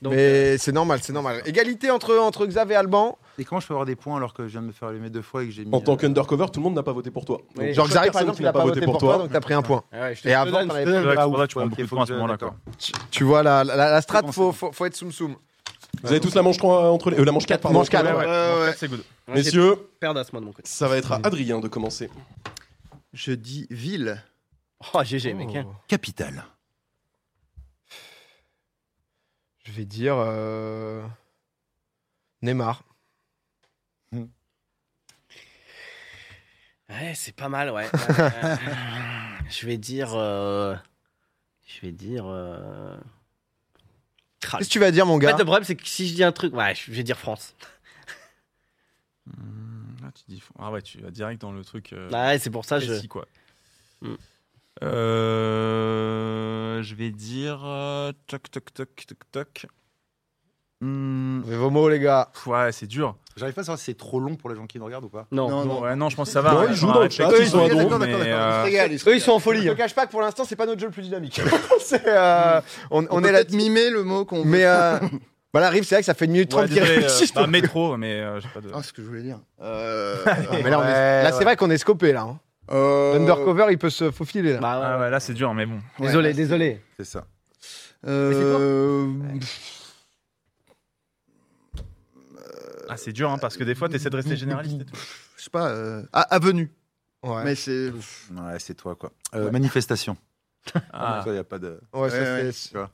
Speaker 2: Donc,
Speaker 1: mais c'est normal, Hmm. euh, c'est normal. Égalité entre, entre Xav et Alban.
Speaker 4: Et comment je peux avoir des points alors que je viens de me faire allumer deux fois et que j'ai mis.
Speaker 5: En tant
Speaker 4: euh,
Speaker 5: qu'undercover, tout le monde n'a pas voté pour toi.
Speaker 2: Oui.
Speaker 5: chaque
Speaker 1: Genre Xav, par
Speaker 5: personne
Speaker 1: exemple,
Speaker 5: qui
Speaker 1: il a pas voté pour toi, donc t'as pris un point.
Speaker 2: Ah ouais, je te
Speaker 1: Et
Speaker 2: je te
Speaker 1: avant,
Speaker 2: donne,
Speaker 1: t'en
Speaker 2: je te
Speaker 1: avais
Speaker 2: donne.
Speaker 6: Ouais,
Speaker 4: Ah,
Speaker 6: c'est pour ça
Speaker 4: ouf,
Speaker 6: que tu prends
Speaker 4: ouais, ok,
Speaker 6: beaucoup de
Speaker 4: faut
Speaker 6: points à
Speaker 4: que
Speaker 6: ce
Speaker 4: je-
Speaker 6: moment-là.
Speaker 4: d'accord.
Speaker 6: quoi.
Speaker 1: Tu, tu vois, la, la, la strat,
Speaker 4: bon, c'est
Speaker 1: faut,
Speaker 4: bon.
Speaker 1: faut, faut être soum-soum.
Speaker 5: Vous avez tous la manche 3 entre les... euh, la manche 4, pardon.
Speaker 1: Manche quatre,
Speaker 5: entre les-
Speaker 1: ouais.
Speaker 3: ouais.
Speaker 6: C'est good.
Speaker 2: Ouais, j'ai
Speaker 5: Messieurs,
Speaker 2: perdasse, moi de mon côté.
Speaker 5: ça va être à Adrien de commencer.
Speaker 3: Je dis ville.
Speaker 2: Oh, GG, mec. hein.
Speaker 4: Capitale.
Speaker 1: Je vais dire. euh, Neymar.
Speaker 2: Ouais, c'est pas mal, ouais. Euh, je vais dire. euh, Je vais dire. euh, Kral.
Speaker 1: Qu'est-ce que tu vas dire, mon
Speaker 2: En
Speaker 1: gars
Speaker 2: fait, le problème, c'est que si je dis un truc. Ouais, je je vais dire France.
Speaker 6: Hmm, là, tu dis- Ah ouais, tu vas direct dans le truc. euh,
Speaker 2: Ouais, c'est pour ça que je.
Speaker 6: précis, quoi.
Speaker 2: Hmm.
Speaker 6: Euh, je vais dire. euh, toc, toc, toc, toc, toc. Hmm,
Speaker 1: Vos mots, les gars.
Speaker 6: pff, ouais, c'est dur.
Speaker 4: J'arrive pas à savoir si c'est trop long pour les gens qui nous regardent ou pas.
Speaker 2: Non.
Speaker 3: Oh, Non,
Speaker 6: Bon,
Speaker 3: non.
Speaker 6: ouais, non, je pense que ça va.
Speaker 5: Non, ils
Speaker 6: ouais,
Speaker 5: jouent
Speaker 6: on
Speaker 5: dans le
Speaker 6: respecte
Speaker 5: chat,
Speaker 6: tout,
Speaker 5: ils sont à
Speaker 6: mais,
Speaker 5: dos,
Speaker 3: d'accord, d'accord,
Speaker 6: euh,
Speaker 3: d'accord. Ils se régalent, ils se
Speaker 1: Eux, ils sont en
Speaker 3: régalent.
Speaker 1: folie. Je te cache pas que pour l'instant, c'est pas notre jeu le plus dynamique. C'est, euh, on,
Speaker 3: On,
Speaker 1: on
Speaker 3: peut
Speaker 1: est là.
Speaker 3: peut-être mimer le mot qu'on.
Speaker 1: Mais euh, voilà, Riff, c'est vrai que ça fait une minute
Speaker 6: ouais,
Speaker 1: trente qu'ils
Speaker 6: désolé, euh,
Speaker 1: réfléchissent.
Speaker 6: bah, métro, mais euh, j'ai pas de.
Speaker 3: Ah, ce que je voulais dire. Euh...
Speaker 1: Mais là, on est-
Speaker 4: Ouais,
Speaker 1: là,
Speaker 4: ouais.
Speaker 1: c'est vrai qu'on est scopé là. hein.
Speaker 3: euh,
Speaker 1: Undercover, il peut se faufiler là.
Speaker 2: Bah, ouais,
Speaker 6: Ah
Speaker 2: ouais.
Speaker 6: ouais, là c'est dur, mais bon.
Speaker 3: ouais.
Speaker 1: désolé, désolé.
Speaker 4: C'est ça.
Speaker 3: Euh...
Speaker 6: Ah, c'est dur, hein, parce que des fois t'essaies de rester généraliste. et tout.
Speaker 3: Je sais pas. Euh... Ah, avenue.
Speaker 1: Ouais.
Speaker 3: Mais c'est.
Speaker 4: Ouais, c'est toi, quoi. Euh, Manifestation.
Speaker 6: Ah.
Speaker 4: Ça, y a pas de.
Speaker 1: Ouais, ça,
Speaker 3: Ouais,
Speaker 1: c'est-
Speaker 3: ouais,
Speaker 1: c'est-
Speaker 4: tu vois.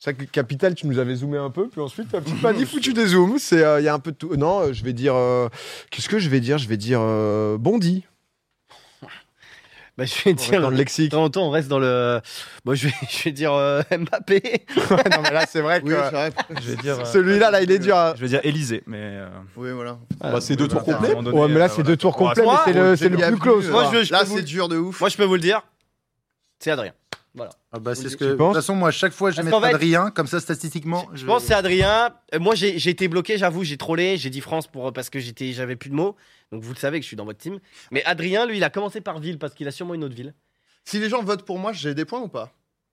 Speaker 1: c'est vrai que Capital, tu nous avais zoomé un peu, puis ensuite, tu m'as dit foutu des zooms. C'est, euh, il y a un peu de tout. Non, euh, je vais dire. euh, Qu'est-ce que je vais dire Je vais dire euh, Bondy.
Speaker 2: Bah, je vais dire.
Speaker 1: dans le lexique.
Speaker 2: Dans longtemps, on reste dans le. Bon, je vais, je vais dire euh, Mbappé.
Speaker 1: non, mais là, c'est vrai que
Speaker 3: Oui, c'est vrai.
Speaker 6: Je vais dire. euh,
Speaker 1: celui-là, là, il est dur. hein.
Speaker 6: Je vais dire Élysée, mais. euh,
Speaker 3: Oui, voilà.
Speaker 1: Ah,
Speaker 5: Bah, c'est deux
Speaker 6: oui,
Speaker 5: tours
Speaker 6: voilà, à un
Speaker 5: complets.
Speaker 6: moment donné,
Speaker 1: Ouais, mais là,
Speaker 6: euh,
Speaker 1: c'est
Speaker 6: voilà.
Speaker 1: deux tours
Speaker 6: On va-
Speaker 1: complets, mais c'est le, c'est le plus close. hein.
Speaker 2: Moi, je- je
Speaker 3: Là,
Speaker 2: peux vous-
Speaker 3: c'est dur de ouf.
Speaker 2: Moi, je peux vous le dire. C'est Adrien.
Speaker 4: Ah bah c'est ce
Speaker 1: Tu
Speaker 4: que. De toute
Speaker 1: penses
Speaker 4: façon, moi, à chaque fois, je
Speaker 2: Parce
Speaker 4: mets
Speaker 2: qu'en fait-
Speaker 4: Adrien, comme ça, statistiquement.
Speaker 2: Je pense que c'est Adrien. Euh, Moi, j'ai j'ai été bloqué, j'avoue, j'ai trollé, j'ai dit France pour, parce que j'étais- j'avais plus de mots. Donc, vous le savez que je suis dans votre team. Mais Adrien, lui, il a commencé par ville parce qu'il a sûrement une autre ville.
Speaker 3: Si les gens votent pour moi, j'ai des points ou pas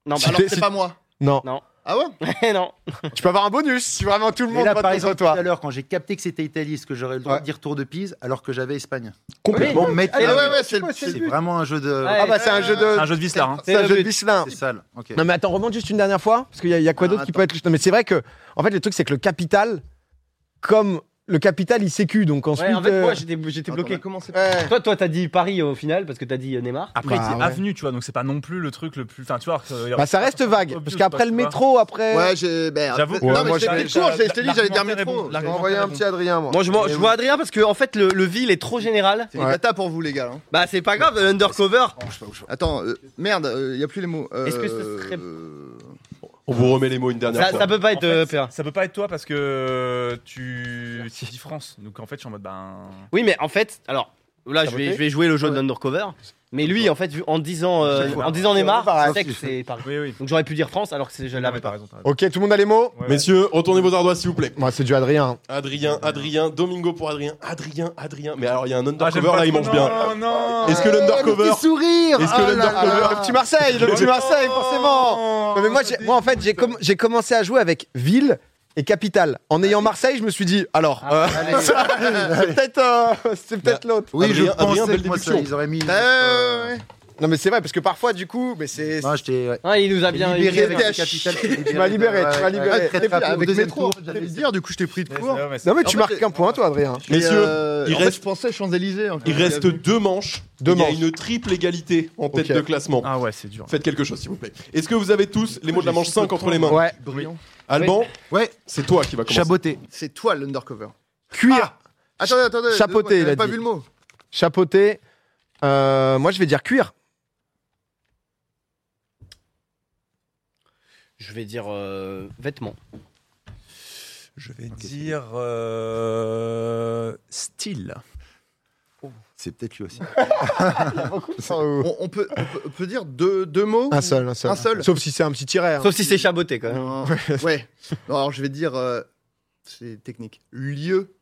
Speaker 2: Non,
Speaker 1: Si
Speaker 2: bah,
Speaker 3: Alors que
Speaker 1: si-
Speaker 3: c'est pas moi.
Speaker 1: Non.
Speaker 3: Ah ouais
Speaker 2: alors, non.
Speaker 1: Tu peux avoir un bonus si vraiment tout le
Speaker 4: Mais
Speaker 1: monde
Speaker 4: là,
Speaker 1: vote
Speaker 4: par
Speaker 1: contre
Speaker 4: exemple,
Speaker 1: toi.
Speaker 4: tout à l'heure, quand j'ai capté que c'était Italie, ce que j'aurais le droit
Speaker 1: Ouais.
Speaker 4: de dire Tour de Pise, alors que j'avais Espagne.
Speaker 1: Complètement.
Speaker 4: Bon, mettre-
Speaker 3: Ah ouais, ouais, c'est le.
Speaker 1: Ouais, c'est
Speaker 4: c'est
Speaker 1: le but.
Speaker 4: vraiment un jeu de.
Speaker 2: Ouais.
Speaker 1: Ah bah c'est un jeu de
Speaker 6: Un jeu de Vislar. Hein.
Speaker 1: c'est un
Speaker 2: le
Speaker 1: jeu de
Speaker 2: but.
Speaker 1: Michelin.
Speaker 4: C'est sale. Ok.
Speaker 1: Non mais attends, remonte juste une dernière fois, parce qu'il y, a- il y a quoi
Speaker 3: Ah,
Speaker 1: d'autre qui peut être... Non mais c'est vrai que, en fait le truc c'est que le capital, comme le capital il sécu, donc ensuite...
Speaker 2: Ouais, en fait,
Speaker 1: euh,
Speaker 2: moi, j'étais j'étais bloqué.
Speaker 3: Comment c'est
Speaker 1: ouais.
Speaker 2: Toi, toi, t'as dit Paris au final parce que t'as dit euh, Neymar.
Speaker 6: Après,
Speaker 1: Bah,
Speaker 6: c'est
Speaker 1: ouais.
Speaker 6: avenue, tu vois, donc c'est pas non plus le truc le plus. Enfin, tu vois. euh,
Speaker 1: Bah ça reste vague, parce qu'après le
Speaker 6: tu vois.
Speaker 1: métro, après...
Speaker 3: Ouais, j'ai. merde.
Speaker 6: J'avoue.
Speaker 3: Non,
Speaker 1: Ouais,
Speaker 3: mais
Speaker 1: moi,
Speaker 3: j'ai
Speaker 1: j'ai-
Speaker 3: fait le cours, j'ai- je t'ai dit, j'allais dire
Speaker 6: l'argumentaire est
Speaker 3: métro.
Speaker 6: bon, l'argumentaire
Speaker 1: J'ai envoyé un
Speaker 6: est bon.
Speaker 1: petit Adrien, moi.
Speaker 2: Moi, je, m'en- je
Speaker 3: oui.
Speaker 2: vois Adrien parce que, en fait, le, le ville est trop général.
Speaker 3: C'est une
Speaker 1: Ouais.
Speaker 3: cata pour vous, les gars. hein.
Speaker 2: Bah, c'est pas grave, l'undercover.
Speaker 3: Attends, euh, merde, il n'y a plus les mots. Euh,
Speaker 2: Est-ce que ce serait-
Speaker 3: euh,
Speaker 5: On vous remet les mots une dernière
Speaker 2: Ça,
Speaker 5: fois.
Speaker 2: ça peut pas
Speaker 6: En
Speaker 2: être
Speaker 6: fait,
Speaker 2: euh, PA.
Speaker 6: Ça peut pas être toi parce que tu tu dis France. Donc en fait, je suis en mode ben.
Speaker 2: Oui, mais en fait, alors là,
Speaker 1: T'as
Speaker 2: je vais,
Speaker 1: voté
Speaker 2: je vais jouer le jeu de l'undercover. Mais lui, en fait, vu- en disant, euh,
Speaker 6: Ouais.
Speaker 2: en disant Neymar,
Speaker 1: Pareil.
Speaker 2: c'est que c'est Paris.
Speaker 6: Oui, oui.
Speaker 2: Donc j'aurais pu dire France alors que c'est- je
Speaker 6: Non,
Speaker 2: l'avais
Speaker 6: mais
Speaker 2: pas.
Speaker 6: t'as raison. t'as raison.
Speaker 1: Ok, tout le monde a les mots
Speaker 6: Ouais, ouais.
Speaker 5: Messieurs, retournez vos ardoises s'il vous plaît.
Speaker 1: Moi c'est du Adrien.
Speaker 5: Adrien, Adrien, Domingo pour Adrien, Adrien, Adrien. Mais alors il y a un
Speaker 6: Ah, j'aime
Speaker 5: undercover
Speaker 6: pas
Speaker 5: là, il
Speaker 6: trop.
Speaker 5: mange bien.
Speaker 6: Non, non.
Speaker 5: Est-ce que l'undercover.
Speaker 3: sourire
Speaker 5: Est-ce
Speaker 4: Oh
Speaker 5: que
Speaker 3: Ah là
Speaker 5: l'undercover-
Speaker 3: là.
Speaker 1: Ah, le petit Marseille, le petit Marseille, forcément
Speaker 6: Non,
Speaker 1: Non, mais moi, j'ai- moi, en fait, j'ai comm- j'ai commencé à jouer avec ville et capitale. En ayant Marseille, je me suis dit, alors,
Speaker 4: Ah.
Speaker 1: euh, c'est peut-être euh, c'est peut-être l'autre.
Speaker 4: Oui, je
Speaker 5: Adrien- Adrien,
Speaker 4: pensais
Speaker 5: belle
Speaker 4: que moi, ça,
Speaker 5: déduction.
Speaker 4: ils auraient mis. euh,
Speaker 3: Bah, ouais, ouais, ouais.
Speaker 1: Non, mais c'est vrai, parce que parfois, du coup, mais c'est.
Speaker 4: Non, j'étais. ouais.
Speaker 2: Ah, il nous a bien
Speaker 4: Libéré
Speaker 2: libéré.
Speaker 4: avec
Speaker 3: t'es
Speaker 4: le
Speaker 3: à
Speaker 4: capital.
Speaker 1: Tu m'as libéré, tu m'as
Speaker 4: Ouais,
Speaker 1: libéré.
Speaker 4: ouais,
Speaker 1: Et
Speaker 4: très,
Speaker 1: puis,
Speaker 4: très rapide.
Speaker 1: avec
Speaker 4: Au deuxième
Speaker 1: métro,
Speaker 4: tour, j'avais
Speaker 3: J'allais le dire, du coup, je t'ai pris de
Speaker 6: Mais
Speaker 3: court.
Speaker 6: c'est- ouais, c'est-
Speaker 1: Non, mais tu
Speaker 3: En fait,
Speaker 1: marques qu'un point, toi, Adrien.
Speaker 3: Mais,
Speaker 5: Messieurs,
Speaker 3: euh,
Speaker 5: il
Speaker 3: en fait,
Speaker 5: reste-
Speaker 3: je pensais Champs-Élysées. en fait.
Speaker 5: Il reste deux manches.
Speaker 1: Deux
Speaker 5: il y a
Speaker 1: manches.
Speaker 5: une triple égalité en tête
Speaker 1: Ok.
Speaker 5: de classement.
Speaker 6: Ah ouais, c'est dur.
Speaker 5: Faites quelque chose s'il vous plalet Est-ce que vous avez tous les mots de la manche 5 entre les mains
Speaker 1: Ouais.
Speaker 3: Brillant.
Speaker 5: Alban,
Speaker 4: Ouais,
Speaker 5: c'est toi qui va commencer.
Speaker 4: chaboté.
Speaker 3: C'est toi l'undercover.
Speaker 1: Cuir,
Speaker 3: Attendez, attendez.
Speaker 1: Chapeauté, il a
Speaker 3: J'avais pas
Speaker 1: dit.
Speaker 3: vu le mot.
Speaker 1: chapeauté. Euh, moi, je vais dire cuir.
Speaker 2: Je vais dire euh, vêtements.
Speaker 6: Je vais dire euh, style.
Speaker 4: C'est peut-être lui aussi.
Speaker 3: On, on peut, on peut- on peut dire deux, deux mots
Speaker 1: Un seul, un seul.
Speaker 3: Un seul.
Speaker 1: Sauf si c'est un petit tiret. hein.
Speaker 2: Sauf si c'est chaboté quand même.
Speaker 3: Non. hein. Ouais. Non, alors, je vais dire. euh, C'est technique. Lieu.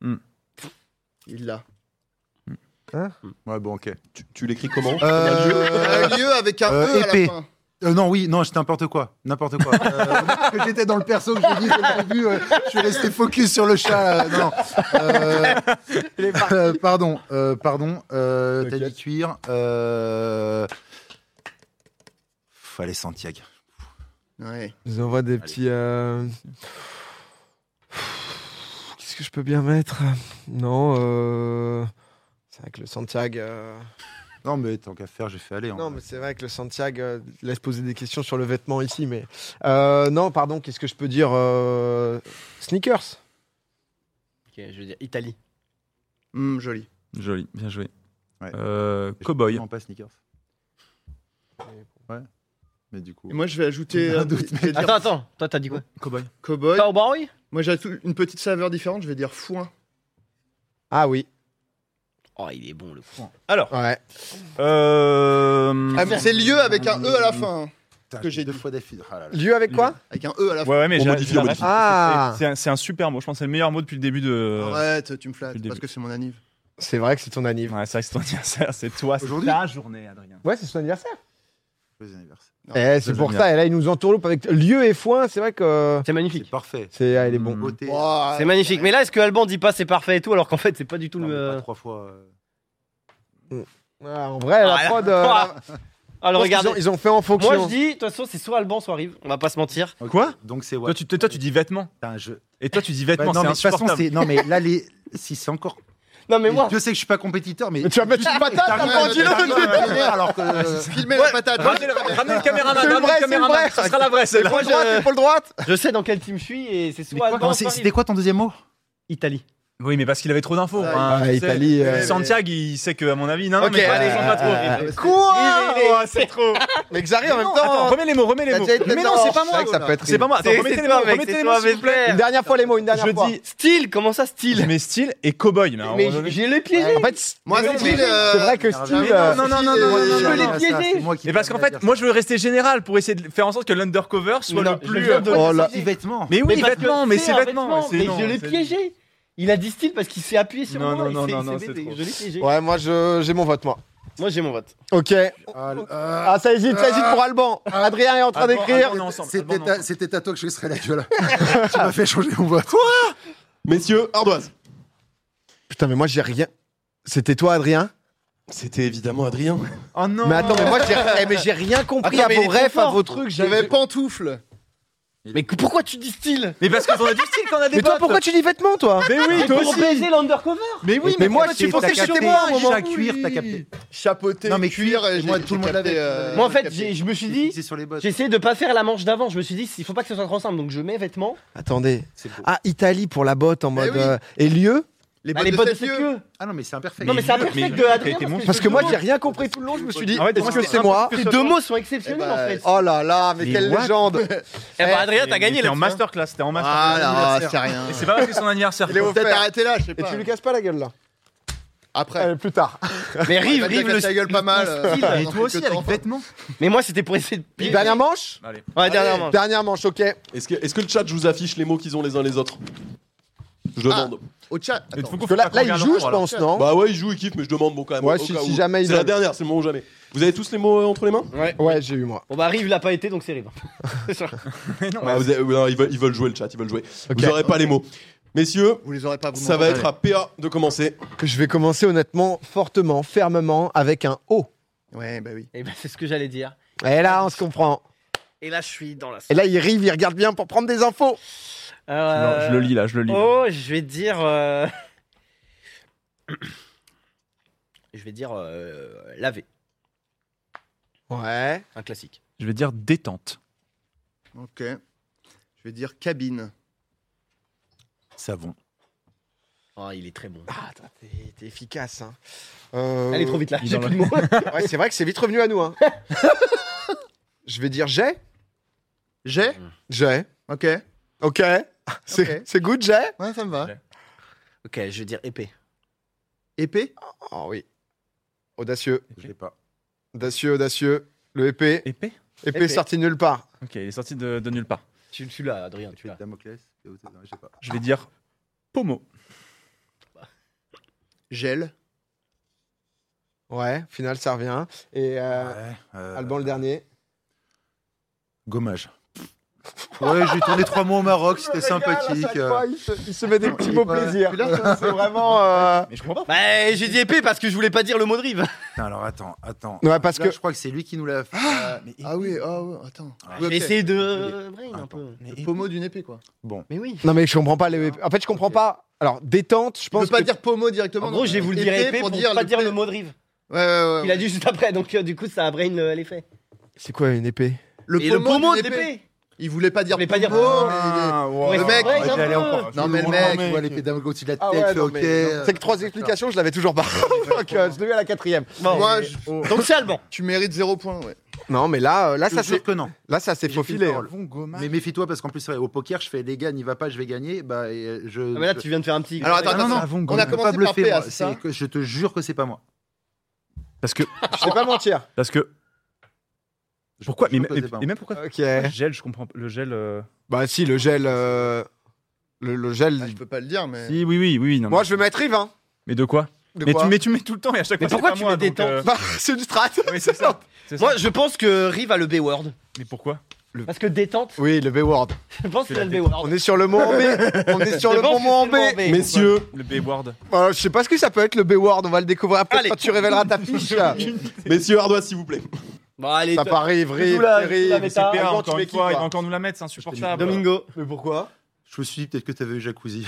Speaker 6: Hmm.
Speaker 3: Il l'a.
Speaker 4: Ouais, bon, ok.
Speaker 5: Tu, tu l'écris comment
Speaker 4: Euh,
Speaker 3: Un lieu avec un
Speaker 4: euh,
Speaker 3: E à
Speaker 4: épée.
Speaker 3: la fin.
Speaker 4: euh, non, oui, non, c'était n'importe quoi. N'importe quoi. Euh, parce que J'étais dans le perso que je dis au début. euh, je suis resté focus sur le chat. euh, non. Euh, euh, pardon, euh, pardon. euh, T'as dit cuir. Euh... Fallait Santiago.
Speaker 3: Ouais.
Speaker 1: Je vous envoie des petits. euh, Qu'est-ce que je peux bien mettre Non, euh, c'est vrai que le Santiago. euh,
Speaker 4: Non, mais tant qu'à faire, j'ai fait aller. hein.
Speaker 1: Non, mais c'est vrai que le Santiago euh, laisse poser des questions sur le vêtement ici, mais Euh, non, pardon. Qu'est-ce que je peux dire euh, Sneakers.
Speaker 2: Ok, je vais dire Italie.
Speaker 3: Hmm, joli.
Speaker 6: Joli, bien joué.
Speaker 4: Ouais.
Speaker 6: Euh,
Speaker 4: Je-
Speaker 6: cowboy.
Speaker 4: Non, pas sneakers. Ouais. Mais du coup.
Speaker 3: Et moi, je vais ajouter.
Speaker 4: Un
Speaker 3: euh,
Speaker 4: doute,
Speaker 3: je vais dire
Speaker 2: Attends, attends, toi t'as dit quoi
Speaker 6: Cowboy.
Speaker 3: Cowboy.
Speaker 2: Cowboy
Speaker 3: Moi, j'ajoute une petite saveur différente. Je vais dire foin.
Speaker 1: Ah oui.
Speaker 2: Oh, il est bon le coup.
Speaker 6: Alors,
Speaker 1: Ouais.
Speaker 6: euh,
Speaker 3: Ah, mais c'est lieu avec un E à la fin. hein.
Speaker 4: Putain,
Speaker 5: que j'ai
Speaker 4: deux
Speaker 5: dit.
Speaker 4: fois d'affilée. Ah là là.
Speaker 1: Lieu avec quoi
Speaker 3: Avec un E à la fin.
Speaker 6: Ouais, ouais, mais
Speaker 5: On
Speaker 6: j'ai-
Speaker 5: modifie,
Speaker 6: j'ai
Speaker 5: on
Speaker 6: la
Speaker 5: modifie.
Speaker 6: ref.
Speaker 1: Ah.
Speaker 6: C'est un, c'est un super mot, je pense. C'est le meilleur mot depuis le début de.
Speaker 3: Arrête, tu me flattes,
Speaker 6: depuis le
Speaker 3: parce
Speaker 6: début.
Speaker 3: que c'est mon anniv.
Speaker 1: C'est vrai que c'est ton anniversaire.
Speaker 6: Ouais, c'est vrai que c'est ton anniversaire, c'est toi. c'est
Speaker 4: Aujourd'hui
Speaker 6: ta journée, Adrien.
Speaker 1: Ouais, c'est son anniversaire.
Speaker 4: Joyeux anniversaire.
Speaker 1: Eh, c'est
Speaker 6: j'aime
Speaker 1: pour
Speaker 6: bien.
Speaker 1: ça. Et là, il nous entourloupe avec lieu et foin. C'est vrai que
Speaker 2: C'est
Speaker 4: C'est
Speaker 2: magnifique.
Speaker 4: parfait. Mmh.
Speaker 1: c'est, ah, il est bon.
Speaker 6: Mm.
Speaker 4: Beauté.
Speaker 3: Ouah,
Speaker 2: C'est magnifique. Mais là, est-ce que Alban dit pas c'est parfait et tout, alors qu'en fait, c'est pas du tout
Speaker 4: Non, mais pas
Speaker 2: le.
Speaker 4: trois fois. euh.
Speaker 1: Ah, en vrai, la
Speaker 2: Ah, là.
Speaker 1: prod. euh, je
Speaker 2: Ah, Alors
Speaker 1: pense qu'ils
Speaker 2: regardez.
Speaker 1: ont- ils ont fait en
Speaker 2: Moi,
Speaker 1: fonction.
Speaker 2: je dis, de toute façon, c'est soit Alban, soit Rive. On va pas se mentir.
Speaker 4: Ok.
Speaker 6: Quoi
Speaker 4: Donc c'est ouais.
Speaker 6: Toi, tu, toi, tu dis vêtements.
Speaker 4: Putain, je-
Speaker 6: Et toi, tu dis
Speaker 4: Bah,
Speaker 6: vêtements,
Speaker 4: non,
Speaker 6: c'est
Speaker 4: mais de toute façon,
Speaker 6: insupportable.
Speaker 4: c'est. Non, mais là, les... si c'est encore.
Speaker 2: Non, mais moi.
Speaker 4: Je sais que je suis pas compétiteur, mais.
Speaker 1: Mais tu vas mettre une patate,
Speaker 4: T'arrives
Speaker 1: t'as
Speaker 4: à-
Speaker 1: pas dit le-
Speaker 4: t'arrives à me faire alors que.
Speaker 3: hein. Filmez la patate.
Speaker 6: Ramenez le, ramenez le caméraman,
Speaker 1: C'est le
Speaker 6: ramenez
Speaker 1: vrai,
Speaker 6: le caméraman,
Speaker 1: c'est le vrai.
Speaker 6: ça sera la vraie celle-là.
Speaker 2: Moi,
Speaker 1: Épaule droite,
Speaker 2: je-
Speaker 1: épaule droite.
Speaker 2: Je sais dans quelle team je suis et c'est
Speaker 4: Mais
Speaker 2: soit
Speaker 4: quoi
Speaker 2: Alban,
Speaker 4: Non,
Speaker 2: soit
Speaker 4: c'est-
Speaker 2: Rive.
Speaker 4: C'était quoi ton deuxième mot
Speaker 2: Italie.
Speaker 6: Oui, mais parce qu'il avait trop d'infos. hein,
Speaker 1: Ah,
Speaker 6: tu sais.
Speaker 1: Italie. euh,
Speaker 6: Santiago, il sait que, à mon avis, non, non,
Speaker 1: Ok,
Speaker 6: mais
Speaker 1: allez,
Speaker 6: allez, pas trop.
Speaker 1: euh,
Speaker 6: Rive.
Speaker 1: Quoi
Speaker 2: Il est- il est-
Speaker 6: Oh, C'est trop.
Speaker 1: Mais Xari, en
Speaker 6: Mais non,
Speaker 1: même temps.
Speaker 6: attends, remets les mots, remets les
Speaker 1: t'as
Speaker 6: mots.
Speaker 1: déjà été
Speaker 6: Mais non,
Speaker 1: d'accord.
Speaker 6: c'est pas
Speaker 1: C'est
Speaker 6: moi.
Speaker 1: vrai que ça peut être.
Speaker 6: C'est pas moi. Attends,
Speaker 2: C'est-
Speaker 6: remettez
Speaker 2: c'est
Speaker 6: les
Speaker 2: toi,
Speaker 6: mots,
Speaker 2: mec,
Speaker 6: remettez
Speaker 2: c'est
Speaker 6: les
Speaker 2: toi,
Speaker 6: mots, s'il
Speaker 2: mec,
Speaker 6: vous plaît.
Speaker 1: Une dernière fois les mots, une dernière
Speaker 6: Je
Speaker 1: fois.
Speaker 6: dis
Speaker 2: Style, comment ça,
Speaker 6: je
Speaker 2: style
Speaker 6: mets style et cowboy. Mais, à un
Speaker 2: Mais
Speaker 6: moment donné-
Speaker 2: j'ai les piégé.
Speaker 1: En fait, c'est
Speaker 3: Moi,
Speaker 1: mais
Speaker 3: c'est
Speaker 1: non,
Speaker 3: Style,
Speaker 1: mais-
Speaker 3: euh,
Speaker 1: c'est vrai que
Speaker 4: non,
Speaker 1: Style.
Speaker 4: non,
Speaker 1: euh,
Speaker 6: non, non, non, non, non,
Speaker 2: non, non, ça, c'est
Speaker 6: Mais parce qu'en fait, moi, je veux rester général pour essayer de faire en sorte que l'undercover
Speaker 2: Mais
Speaker 6: soit
Speaker 2: non,
Speaker 6: le plus.
Speaker 2: je viens
Speaker 6: euh,
Speaker 2: de-
Speaker 1: Oh là.
Speaker 4: Petits vêtements.
Speaker 6: Mais oui,
Speaker 2: parce que
Speaker 6: vêtements, mais
Speaker 2: c'est
Speaker 6: c'est
Speaker 2: un
Speaker 6: vêtements.
Speaker 2: vêtement,
Speaker 6: c'est-
Speaker 2: Mais
Speaker 6: non,
Speaker 2: je l'ai
Speaker 6: c'est-
Speaker 2: piégé. Il a dit style parce qu'il s'est appuyé sur
Speaker 6: Non,
Speaker 2: moi.
Speaker 6: non,
Speaker 2: et
Speaker 6: non,
Speaker 2: c'est-
Speaker 6: non, non,
Speaker 2: c'est
Speaker 6: c'est
Speaker 2: bébé.
Speaker 6: trop.
Speaker 2: Je l'ai piégé.
Speaker 1: Ouais, moi je- j'ai mon vote, moi.
Speaker 2: Moi, j'ai mon vote.
Speaker 1: Ok.
Speaker 4: Ah,
Speaker 1: Ah, ça hésite, ça hésite pour euh, Alban. Adrien est en train
Speaker 6: Alban,
Speaker 1: d'écrire.
Speaker 6: Alban, on est ensemble,
Speaker 4: C'était
Speaker 6: Alban, on est
Speaker 4: ta-
Speaker 6: ensemble.
Speaker 4: C'était à toi que je serais la gueule. tu m'as fait changer mon vote.
Speaker 5: Messieurs, ardoise.
Speaker 1: Putain, mais moi j'ai rien. C'était toi, Adrien
Speaker 5: C'était évidemment Adrien.
Speaker 6: Oh non.
Speaker 1: Mais attends, mais moi j'ai eh, mais j'ai rien compris
Speaker 2: Attends,
Speaker 1: à
Speaker 2: mais
Speaker 1: vos
Speaker 2: il est trop
Speaker 1: refs, à
Speaker 2: fort.
Speaker 1: vos trucs. j'ai-
Speaker 3: J'avais pantoufle.
Speaker 2: Mais pourquoi tu dis style
Speaker 6: Mais parce que t'en as du style quand on a des
Speaker 1: Mais toi,
Speaker 6: potes.
Speaker 1: pourquoi tu dis vêtements, toi
Speaker 6: Mais oui, toi
Speaker 2: Pour
Speaker 6: aussi.
Speaker 2: baiser l'undercover
Speaker 6: Mais oui,
Speaker 1: Mais
Speaker 6: mais,
Speaker 1: moi,
Speaker 6: moi, tu
Speaker 1: c'est-
Speaker 6: pensais que
Speaker 1: t'as
Speaker 6: j'étais
Speaker 1: capté,
Speaker 6: moi à un moment.
Speaker 4: Chaque cuir, t'as capté.
Speaker 1: Chapeauté.
Speaker 4: Non, mais
Speaker 3: Cuir, et moi, tout le monde l'avait. euh,
Speaker 2: Moi, en fait,
Speaker 3: capté.
Speaker 2: j'ai- je me suis dit.
Speaker 4: C'est sur les bottes.
Speaker 2: J'ai essayé de pas faire la manche d'avant. Je me suis dit, il faut pas que ce soit trop simple. Donc, je mets vêtements.
Speaker 1: Attendez.
Speaker 4: C'est beau.
Speaker 1: Ah, Italie pour la botte en mode.
Speaker 3: oui.
Speaker 1: euh, et lieu
Speaker 3: les
Speaker 2: Bah,
Speaker 3: bottes
Speaker 2: les bottes de
Speaker 3: sept
Speaker 2: cette
Speaker 3: lieues.
Speaker 2: queue.
Speaker 4: Ah non, mais c'est imperfect.
Speaker 2: Non, mais c'est
Speaker 6: mais-
Speaker 2: imperfect, Adrien.
Speaker 6: t'as été
Speaker 1: Parce que moi
Speaker 2: deux
Speaker 1: j'ai
Speaker 2: mots-
Speaker 1: rien compris tout le long, je me suis dit,
Speaker 6: Ah ouais, t'as
Speaker 1: est-ce que
Speaker 6: compris
Speaker 1: c'est
Speaker 6: un
Speaker 1: moi
Speaker 2: Tes deux mots sont exceptionnels
Speaker 3: Eh bah,
Speaker 2: en fait.
Speaker 1: Oh là là, mais
Speaker 6: Mais
Speaker 1: quelle
Speaker 6: what
Speaker 1: légende
Speaker 2: Eh bah, Adrien, t'as
Speaker 6: Mais
Speaker 2: gagné
Speaker 6: T'es
Speaker 2: là.
Speaker 6: en masterclass, t'es en
Speaker 3: Ah
Speaker 6: masterclass.
Speaker 3: là, c'est rien.
Speaker 6: Et c'est pas parce que c'est son anniversaire.
Speaker 1: Il est
Speaker 6: quoi.
Speaker 1: offert.
Speaker 3: Peut-être arrêter là, je sais
Speaker 1: Et
Speaker 3: pas.
Speaker 1: tu lui casses pas la gueule là
Speaker 3: Après,
Speaker 1: Allez, plus tard.
Speaker 2: Mais rive,
Speaker 3: Bah, t'as
Speaker 2: rive
Speaker 3: cassé
Speaker 2: le
Speaker 3: la gueule pas mal. euh,
Speaker 2: style.
Speaker 4: Et
Speaker 3: on en fait
Speaker 4: toi aussi,
Speaker 3: que
Speaker 4: avec
Speaker 3: temps.
Speaker 4: vêtements
Speaker 2: Mais moi, c'était pour essayer de.
Speaker 1: Dernière manche
Speaker 6: Allez.
Speaker 2: Ouais, dernière manche.
Speaker 1: Dernière manche, ok.
Speaker 5: Est-ce que, est-ce que le chat je vous affiche les mots qu'ils ont les uns les autres Je
Speaker 1: Ah.
Speaker 5: demande.
Speaker 3: Au chat.
Speaker 6: Il faut
Speaker 3: attends.
Speaker 6: qu'on
Speaker 1: Parce que là,
Speaker 6: fasse
Speaker 1: là, il
Speaker 6: regarder
Speaker 1: joue, je
Speaker 6: l'entour, alors.
Speaker 1: pense, non
Speaker 5: Bah ouais, ils jouent, ils kiffent, mais je demande bon quand même.
Speaker 1: Ouais,
Speaker 5: au
Speaker 1: si-
Speaker 5: cas
Speaker 1: si
Speaker 5: où.
Speaker 1: jamais ils
Speaker 5: C'est la
Speaker 1: veulent.
Speaker 5: dernière, c'est le moment ou jamais. Vous avez tous les mots euh, entre les mains
Speaker 2: Ouais.
Speaker 1: Ouais, j'ai eu moi.
Speaker 2: Bon, bah, rive l'a pas été, donc c'est rive.
Speaker 6: Non,
Speaker 5: Ah, vous avez- euh, non, ils, veulent, ils veulent jouer le chat, ils veulent jouer.
Speaker 1: Ok.
Speaker 5: Vous n'aurez pas les mots. Messieurs,
Speaker 3: Vous les aurez pas vous
Speaker 5: ça va
Speaker 3: m'entendez.
Speaker 5: être à PA de commencer.
Speaker 1: Que je vais commencer honnêtement, fortement, fermement, avec un O.
Speaker 3: Ouais, bah oui.
Speaker 2: Et bah, c'est ce que j'allais dire.
Speaker 1: Et là, on se comprend.
Speaker 2: Et là, je suis dans la.
Speaker 1: Et là, il rive, il regarde bien pour prendre des infos.
Speaker 6: Non, je le lis là, je le lis.
Speaker 2: Oh, je vais dire. euh, je vais dire euh, laver,
Speaker 1: Ouais.
Speaker 2: un classique.
Speaker 6: Je vais dire détente.
Speaker 3: Ok. Je vais dire cabine.
Speaker 6: Savon.
Speaker 2: Oh, il est très bon.
Speaker 1: Ah, attends, t'es t'es efficace. Hein. Euh,
Speaker 2: Allez, trop vite là,
Speaker 6: il
Speaker 2: j'ai
Speaker 6: en a-
Speaker 2: plus de mots.
Speaker 1: Ouais, c'est vrai que c'est vite revenu à nous. Hein. je vais dire j'ai.
Speaker 3: J'ai
Speaker 1: J'ai.
Speaker 3: Ok.
Speaker 1: Ok. C'est
Speaker 3: Ok.
Speaker 1: c'est good, j'ai.
Speaker 3: Ouais, ça me va.
Speaker 6: J'ai.
Speaker 2: ok, je vais dire épée.
Speaker 3: Épée
Speaker 1: Oh oui. Audacieux.
Speaker 4: Je l'ai pas.
Speaker 1: Audacieux, audacieux. Le épée.
Speaker 6: Épée
Speaker 1: Épée sorti nulle part.
Speaker 6: Ok, il est sorti de, de nulle part.
Speaker 2: Tu, tu l'as, Adrien, tu l'as.
Speaker 4: Damoclès. euh, non, Je sais pas.
Speaker 6: Je vais dire pommeau.
Speaker 3: Gel.
Speaker 1: Ouais, final, ça revient. Et euh,
Speaker 4: Ouais, euh,
Speaker 1: Alban, le dernier.
Speaker 4: Gommage. Ouais, j'ai tourné trois mots au Maroc,
Speaker 1: Oh,
Speaker 4: c'était sympathique. euh.
Speaker 1: il, se, met des petits
Speaker 4: il-
Speaker 1: mots
Speaker 4: mots
Speaker 1: plaisir.
Speaker 4: plaisir.
Speaker 1: C'est vraiment.
Speaker 6: Mais je comprends pas.
Speaker 2: Bah, j'ai dit épée parce que je voulais pas dire le mot de rive.
Speaker 4: Putain, alors attends, attends.
Speaker 1: Ouais, parce
Speaker 4: Là,
Speaker 1: que.
Speaker 4: je crois que c'est lui qui nous l'a fait. euh, mais-
Speaker 3: Ah oui, ah ouais, attends.
Speaker 4: Ah,
Speaker 3: Ouais, ok.
Speaker 2: J'ai essayé de. euh, brain un
Speaker 4: Attends.
Speaker 2: peu.
Speaker 6: Mais
Speaker 3: Le pommeau d'une épée, quoi.
Speaker 2: Mais oui.
Speaker 1: Non, mais je comprends pas. les- En fait, je comprends pas. Alors, détente, je
Speaker 3: Je
Speaker 1: pense.
Speaker 3: peux pas
Speaker 1: que-
Speaker 3: dire pommeau directement.
Speaker 2: En gros,
Speaker 3: non.
Speaker 2: je vais vous le dire épée pour, pas dire le Ah mot de rive.
Speaker 3: Ouais, ouais, ouais.
Speaker 2: Il a dit juste après, donc euh, du coup, ça a brain euh, l'effet.
Speaker 1: C'est quoi une épée
Speaker 3: Le
Speaker 2: Et le pommeau de
Speaker 3: d'une épée.
Speaker 2: l'épée
Speaker 3: Il voulait pas dire
Speaker 2: Il voulait pas dire
Speaker 3: pommeau, Oh, mais il est-
Speaker 6: Ah,
Speaker 2: Ouais,
Speaker 3: Le mec,
Speaker 2: ouais,
Speaker 4: Ah,
Speaker 2: j'ai un
Speaker 4: j'allais
Speaker 2: peu.
Speaker 4: encore.
Speaker 3: Non, mais le
Speaker 4: loin,
Speaker 3: mec,
Speaker 4: tu vois l'épée d'un au-dessus de la tête,
Speaker 1: Ah ouais,
Speaker 4: tu fais,
Speaker 1: non,
Speaker 4: ok.
Speaker 1: mais non.
Speaker 4: euh,
Speaker 1: C'est que trois explications, je l'avais toujours pas. Donc euh, je devais à la quatrième.
Speaker 2: Bon.
Speaker 3: Moi, je-
Speaker 2: Donc c'est Alban.
Speaker 3: tu mérites zéro point, ouais.
Speaker 1: Non, mais là, euh, là,
Speaker 4: je
Speaker 1: ça
Speaker 4: jure
Speaker 1: s'est,
Speaker 4: que non.
Speaker 1: là, ça s'est
Speaker 4: J'ai fait
Speaker 1: faufilé.
Speaker 4: une
Speaker 1: hein.
Speaker 4: parole. Mais méfie-toi parce qu'en plus ouais, au poker je fais les gars n'y va pas je vais gagner bah et, euh, je.
Speaker 2: Ah, mais là,
Speaker 4: je-
Speaker 2: tu viens de faire un petit.
Speaker 3: Alors, attends,
Speaker 4: Ah, non, non,
Speaker 3: attends, on
Speaker 4: je
Speaker 3: a
Speaker 4: peux
Speaker 3: commencé
Speaker 4: pas
Speaker 3: par
Speaker 4: bluffer,
Speaker 3: PA,
Speaker 4: moi,
Speaker 3: c'est ça
Speaker 4: c'est que je te jure que c'est pas moi.
Speaker 6: Parce que,
Speaker 1: Je vais pas mentir.
Speaker 6: parce que Pourquoi
Speaker 4: je
Speaker 6: mais,
Speaker 4: me
Speaker 6: mais-
Speaker 4: posais
Speaker 6: et,
Speaker 4: pas.
Speaker 6: et même pourquoi
Speaker 1: Ok.
Speaker 6: le gel, je comprends pas. Le gel. euh,
Speaker 1: Bah si, le gel... euh, Le, le gel...
Speaker 3: Ah, je peux pas le dire, mais.
Speaker 6: Si, oui, oui, oui. non,
Speaker 1: Moi,
Speaker 6: mais-
Speaker 1: je vais mettre Yves, hein.
Speaker 6: Mais de quoi,
Speaker 1: De
Speaker 6: mais,
Speaker 1: quoi
Speaker 6: tu, mais tu mets tout le temps et à chaque
Speaker 2: Mais
Speaker 6: fois. c'est
Speaker 2: pourquoi
Speaker 6: pas
Speaker 2: tu
Speaker 6: moi,
Speaker 2: mets des
Speaker 6: donc, euh,
Speaker 1: Bah, c'est une strat.
Speaker 6: oui, c'est ça. C'est ça.
Speaker 2: Moi, je pense que Rive a le B-word.
Speaker 6: Mais pourquoi
Speaker 2: Parce que détente,
Speaker 1: Oui, le B-word.
Speaker 2: je pense
Speaker 6: C'est
Speaker 2: qu'il a le
Speaker 6: la
Speaker 2: B-word.
Speaker 1: On est sur le mot en B. On est sur
Speaker 2: Je
Speaker 1: le
Speaker 2: pense
Speaker 1: bon
Speaker 2: que
Speaker 1: mot en B.
Speaker 2: c'est le mot en B.
Speaker 5: Messieurs,
Speaker 6: Le B-word.
Speaker 1: Voilà, je sais pas ce que ça peut être le B-word. On va le découvrir après
Speaker 2: Allez.
Speaker 1: quand tu révéleras ta fiche.
Speaker 5: messieurs Ardois, s'il vous plaît.
Speaker 2: Bon, allez,
Speaker 1: ça
Speaker 2: to-
Speaker 1: part Rive,
Speaker 2: Tout
Speaker 1: Rive,
Speaker 2: la-
Speaker 1: c'est
Speaker 2: tout la
Speaker 1: Rive.
Speaker 2: méta,
Speaker 1: c'est
Speaker 6: Ah,
Speaker 1: Perrin,
Speaker 6: encore
Speaker 1: tu
Speaker 6: une
Speaker 1: mets qui,
Speaker 6: fois, il va
Speaker 1: toi
Speaker 6: encore nous la mettre, c'est insupportable.
Speaker 2: Domingo.
Speaker 1: Mais pourquoi
Speaker 4: Je me suis dit peut-être que t'avais eu jacuzzi.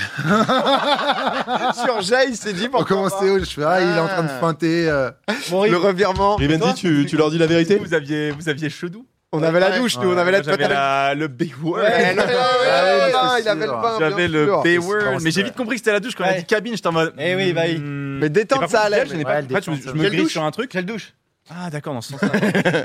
Speaker 1: Sur J, il s'est dit
Speaker 4: On
Speaker 1: pourquoi
Speaker 4: commençait où je fais ah, il est en train de feinter. euh.
Speaker 2: Bon,
Speaker 1: pas.
Speaker 2: Rive.
Speaker 1: Le revirement.
Speaker 5: Rivendi, tu, tu leur dis la vérité
Speaker 6: Vous aviez, vous aviez chedou.
Speaker 1: On avait la douche, nous. On avait la
Speaker 6: Moi, j'avais la- le B-word.
Speaker 1: Ouais, non, non,
Speaker 4: ouais,
Speaker 1: non,
Speaker 4: c'est
Speaker 1: il avait le
Speaker 4: sûr.
Speaker 1: pain, bien
Speaker 6: J'avais le
Speaker 1: sûr.
Speaker 6: B-word. Mais j'ai
Speaker 4: vrai.
Speaker 6: vite compris que c'était la douche quand on a
Speaker 2: Ouais.
Speaker 6: dit cabine, j'étais en mode.
Speaker 2: Eh oui, bah oui.
Speaker 6: hmm.
Speaker 1: Mais
Speaker 6: Et
Speaker 1: détente
Speaker 6: par
Speaker 1: ça à
Speaker 6: contre,
Speaker 1: la
Speaker 6: je n'ai pas-
Speaker 4: Ouais,
Speaker 6: en fait, je me- je me
Speaker 2: Quelle
Speaker 6: grille
Speaker 2: douche
Speaker 6: sur un truc.
Speaker 2: Quelle douche
Speaker 6: Ah, d'accord, dans ce sens-là.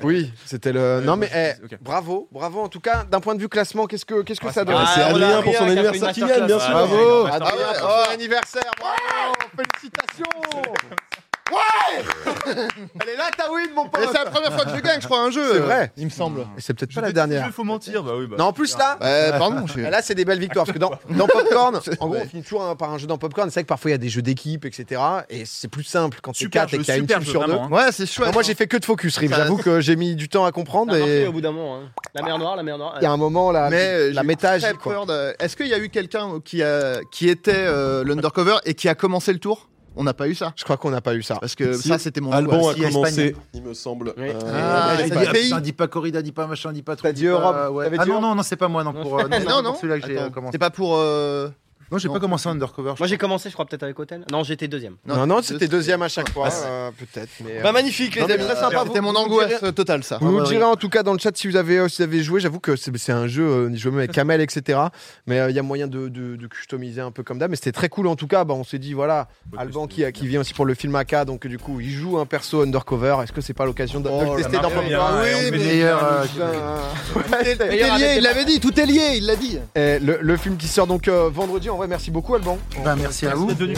Speaker 1: Oui, c'était le. Non,
Speaker 6: Ouais,
Speaker 1: mais
Speaker 6: ouais,
Speaker 1: eh,
Speaker 6: ok.
Speaker 1: bravo, bravo. En tout cas, d'un point de vue classement, qu'est-ce que, qu'est-ce que
Speaker 6: Ah,
Speaker 1: ça
Speaker 6: c'est
Speaker 1: donne
Speaker 6: bien.
Speaker 5: C'est
Speaker 2: Ah, on a
Speaker 5: Adrien pour
Speaker 2: Adrien
Speaker 5: son
Speaker 2: qui a
Speaker 5: anniversaire
Speaker 2: fait
Speaker 5: qui
Speaker 2: une
Speaker 5: gagne, bien
Speaker 6: masterclass.
Speaker 1: Bravo
Speaker 5: sûr.
Speaker 6: Ah, ouais,
Speaker 1: Adrien,
Speaker 6: ouais,
Speaker 1: pour ton anniversaire Bravo Félicitations Ouais Elle est là ta win, mon
Speaker 3: Mais
Speaker 1: pote
Speaker 3: c'est la première fois que je gagne, je crois, un jeu.
Speaker 1: C'est vrai.
Speaker 3: Il me semble.
Speaker 1: Et C'est peut-être
Speaker 6: Je
Speaker 1: pas la
Speaker 6: déteste
Speaker 1: dernière.
Speaker 6: le faut mentir. Bah oui, bah.
Speaker 1: Non, en plus là, Ah,
Speaker 3: Euh, pardon, je suis.
Speaker 1: là c'est des belles victoires. Parce que dans, dans Popcorn, en gros, on
Speaker 3: Ouais.
Speaker 1: finit toujours un- par un jeu dans Popcorn. C'est vrai que parfois il y a des jeux d'équipe, etc. Et c'est plus simple quand tu
Speaker 6: Super
Speaker 1: quatre et
Speaker 6: jeu,
Speaker 1: qu'il y a une
Speaker 6: super
Speaker 1: team
Speaker 6: jeu,
Speaker 1: sur deux.
Speaker 6: vraiment. hein.
Speaker 3: Ouais, c'est chouette.
Speaker 1: Non, moi j'ai fait que de focus, Rive.
Speaker 3: Ça-
Speaker 1: J'avoue que j'ai mis du temps à comprendre.
Speaker 2: Ça a marché
Speaker 1: Et
Speaker 2: au bout d'un moment. hein. La mer noire, la mer noire.
Speaker 1: il y a un moment là,
Speaker 3: Mais euh,
Speaker 1: la
Speaker 3: j'ai eu
Speaker 1: méta
Speaker 3: très
Speaker 1: agit, quoi.
Speaker 3: peur de- Est-ce qu'il y a eu quelqu'un qui, a... qui était euh, l'undercover et qui a commencé le tour On n'a pas eu ça.
Speaker 1: Je crois qu'on n'a pas eu ça.
Speaker 3: Parce que
Speaker 5: Si.
Speaker 3: ça, c'était mon
Speaker 5: Alban
Speaker 3: joueur.
Speaker 5: a
Speaker 3: Si, Espagne.
Speaker 5: commencé, il me semble.
Speaker 2: Oui.
Speaker 5: euh,
Speaker 3: Ah,
Speaker 4: Dis
Speaker 3: c'est
Speaker 4: pas-
Speaker 3: des pays.
Speaker 4: putain, Dis pas corrida, dis pas machin, dis pas truc.
Speaker 1: T'as dit
Speaker 4: dis pas-
Speaker 1: Europe.
Speaker 4: ouais.
Speaker 1: T'avais
Speaker 4: Ah
Speaker 1: dit
Speaker 4: non,
Speaker 1: Europe.
Speaker 4: non, non, c'est pas moi. Non, pour euh, non,
Speaker 3: Non,
Speaker 4: non,
Speaker 3: non.
Speaker 4: pour celui-là que j'ai
Speaker 3: Attends,
Speaker 4: euh, commencé.
Speaker 3: C'est pas pour. euh,
Speaker 4: Non, j'ai
Speaker 3: non.
Speaker 4: pas commencé Undercover.
Speaker 2: Moi j'ai commencé, je crois, peut-être avec Hotel. Non, j'étais deuxième.
Speaker 1: Non, non, c'était
Speaker 3: deux-
Speaker 1: deuxième à chaque
Speaker 3: Ah,
Speaker 1: fois, euh, peut-être. mais, euh,
Speaker 2: Bah, magnifique, les
Speaker 3: Non, mais
Speaker 2: amis.
Speaker 3: Très sympa. C'était mon angoisse totale, ça.
Speaker 1: Vous nous
Speaker 3: Ouais,
Speaker 1: direz en tout cas dans le chat si vous avez, euh, si vous avez joué. J'avoue que c'est c'est un jeu, euh, je me avec Kamel, etc. Mais euh, il y a moyen de, de- de customiser un peu comme d'hab. Mais c'était très cool en tout cas. Bah, on s'est dit, voilà, Alban qui, qui vient aussi pour le film AK. Donc du coup, il joue un perso undercover. Est-ce que c'est pas l'occasion de, de le
Speaker 3: Oh,
Speaker 1: tester
Speaker 6: la
Speaker 1: dans
Speaker 6: marche
Speaker 1: Pop
Speaker 6: bien,
Speaker 1: Rock
Speaker 6: ouais,
Speaker 1: Oui,
Speaker 6: on
Speaker 1: mais-
Speaker 6: met
Speaker 4: Mais, euh,
Speaker 1: Ouais,
Speaker 3: Tout est lié, il l'avait dit, tout est lié, il l'a dit.
Speaker 1: Eh, Et le, le film qui sort donc euh, vendredi. En vrai, merci beaucoup Alban.
Speaker 4: Bah, merci à vous.
Speaker 6: Vous êtes venus.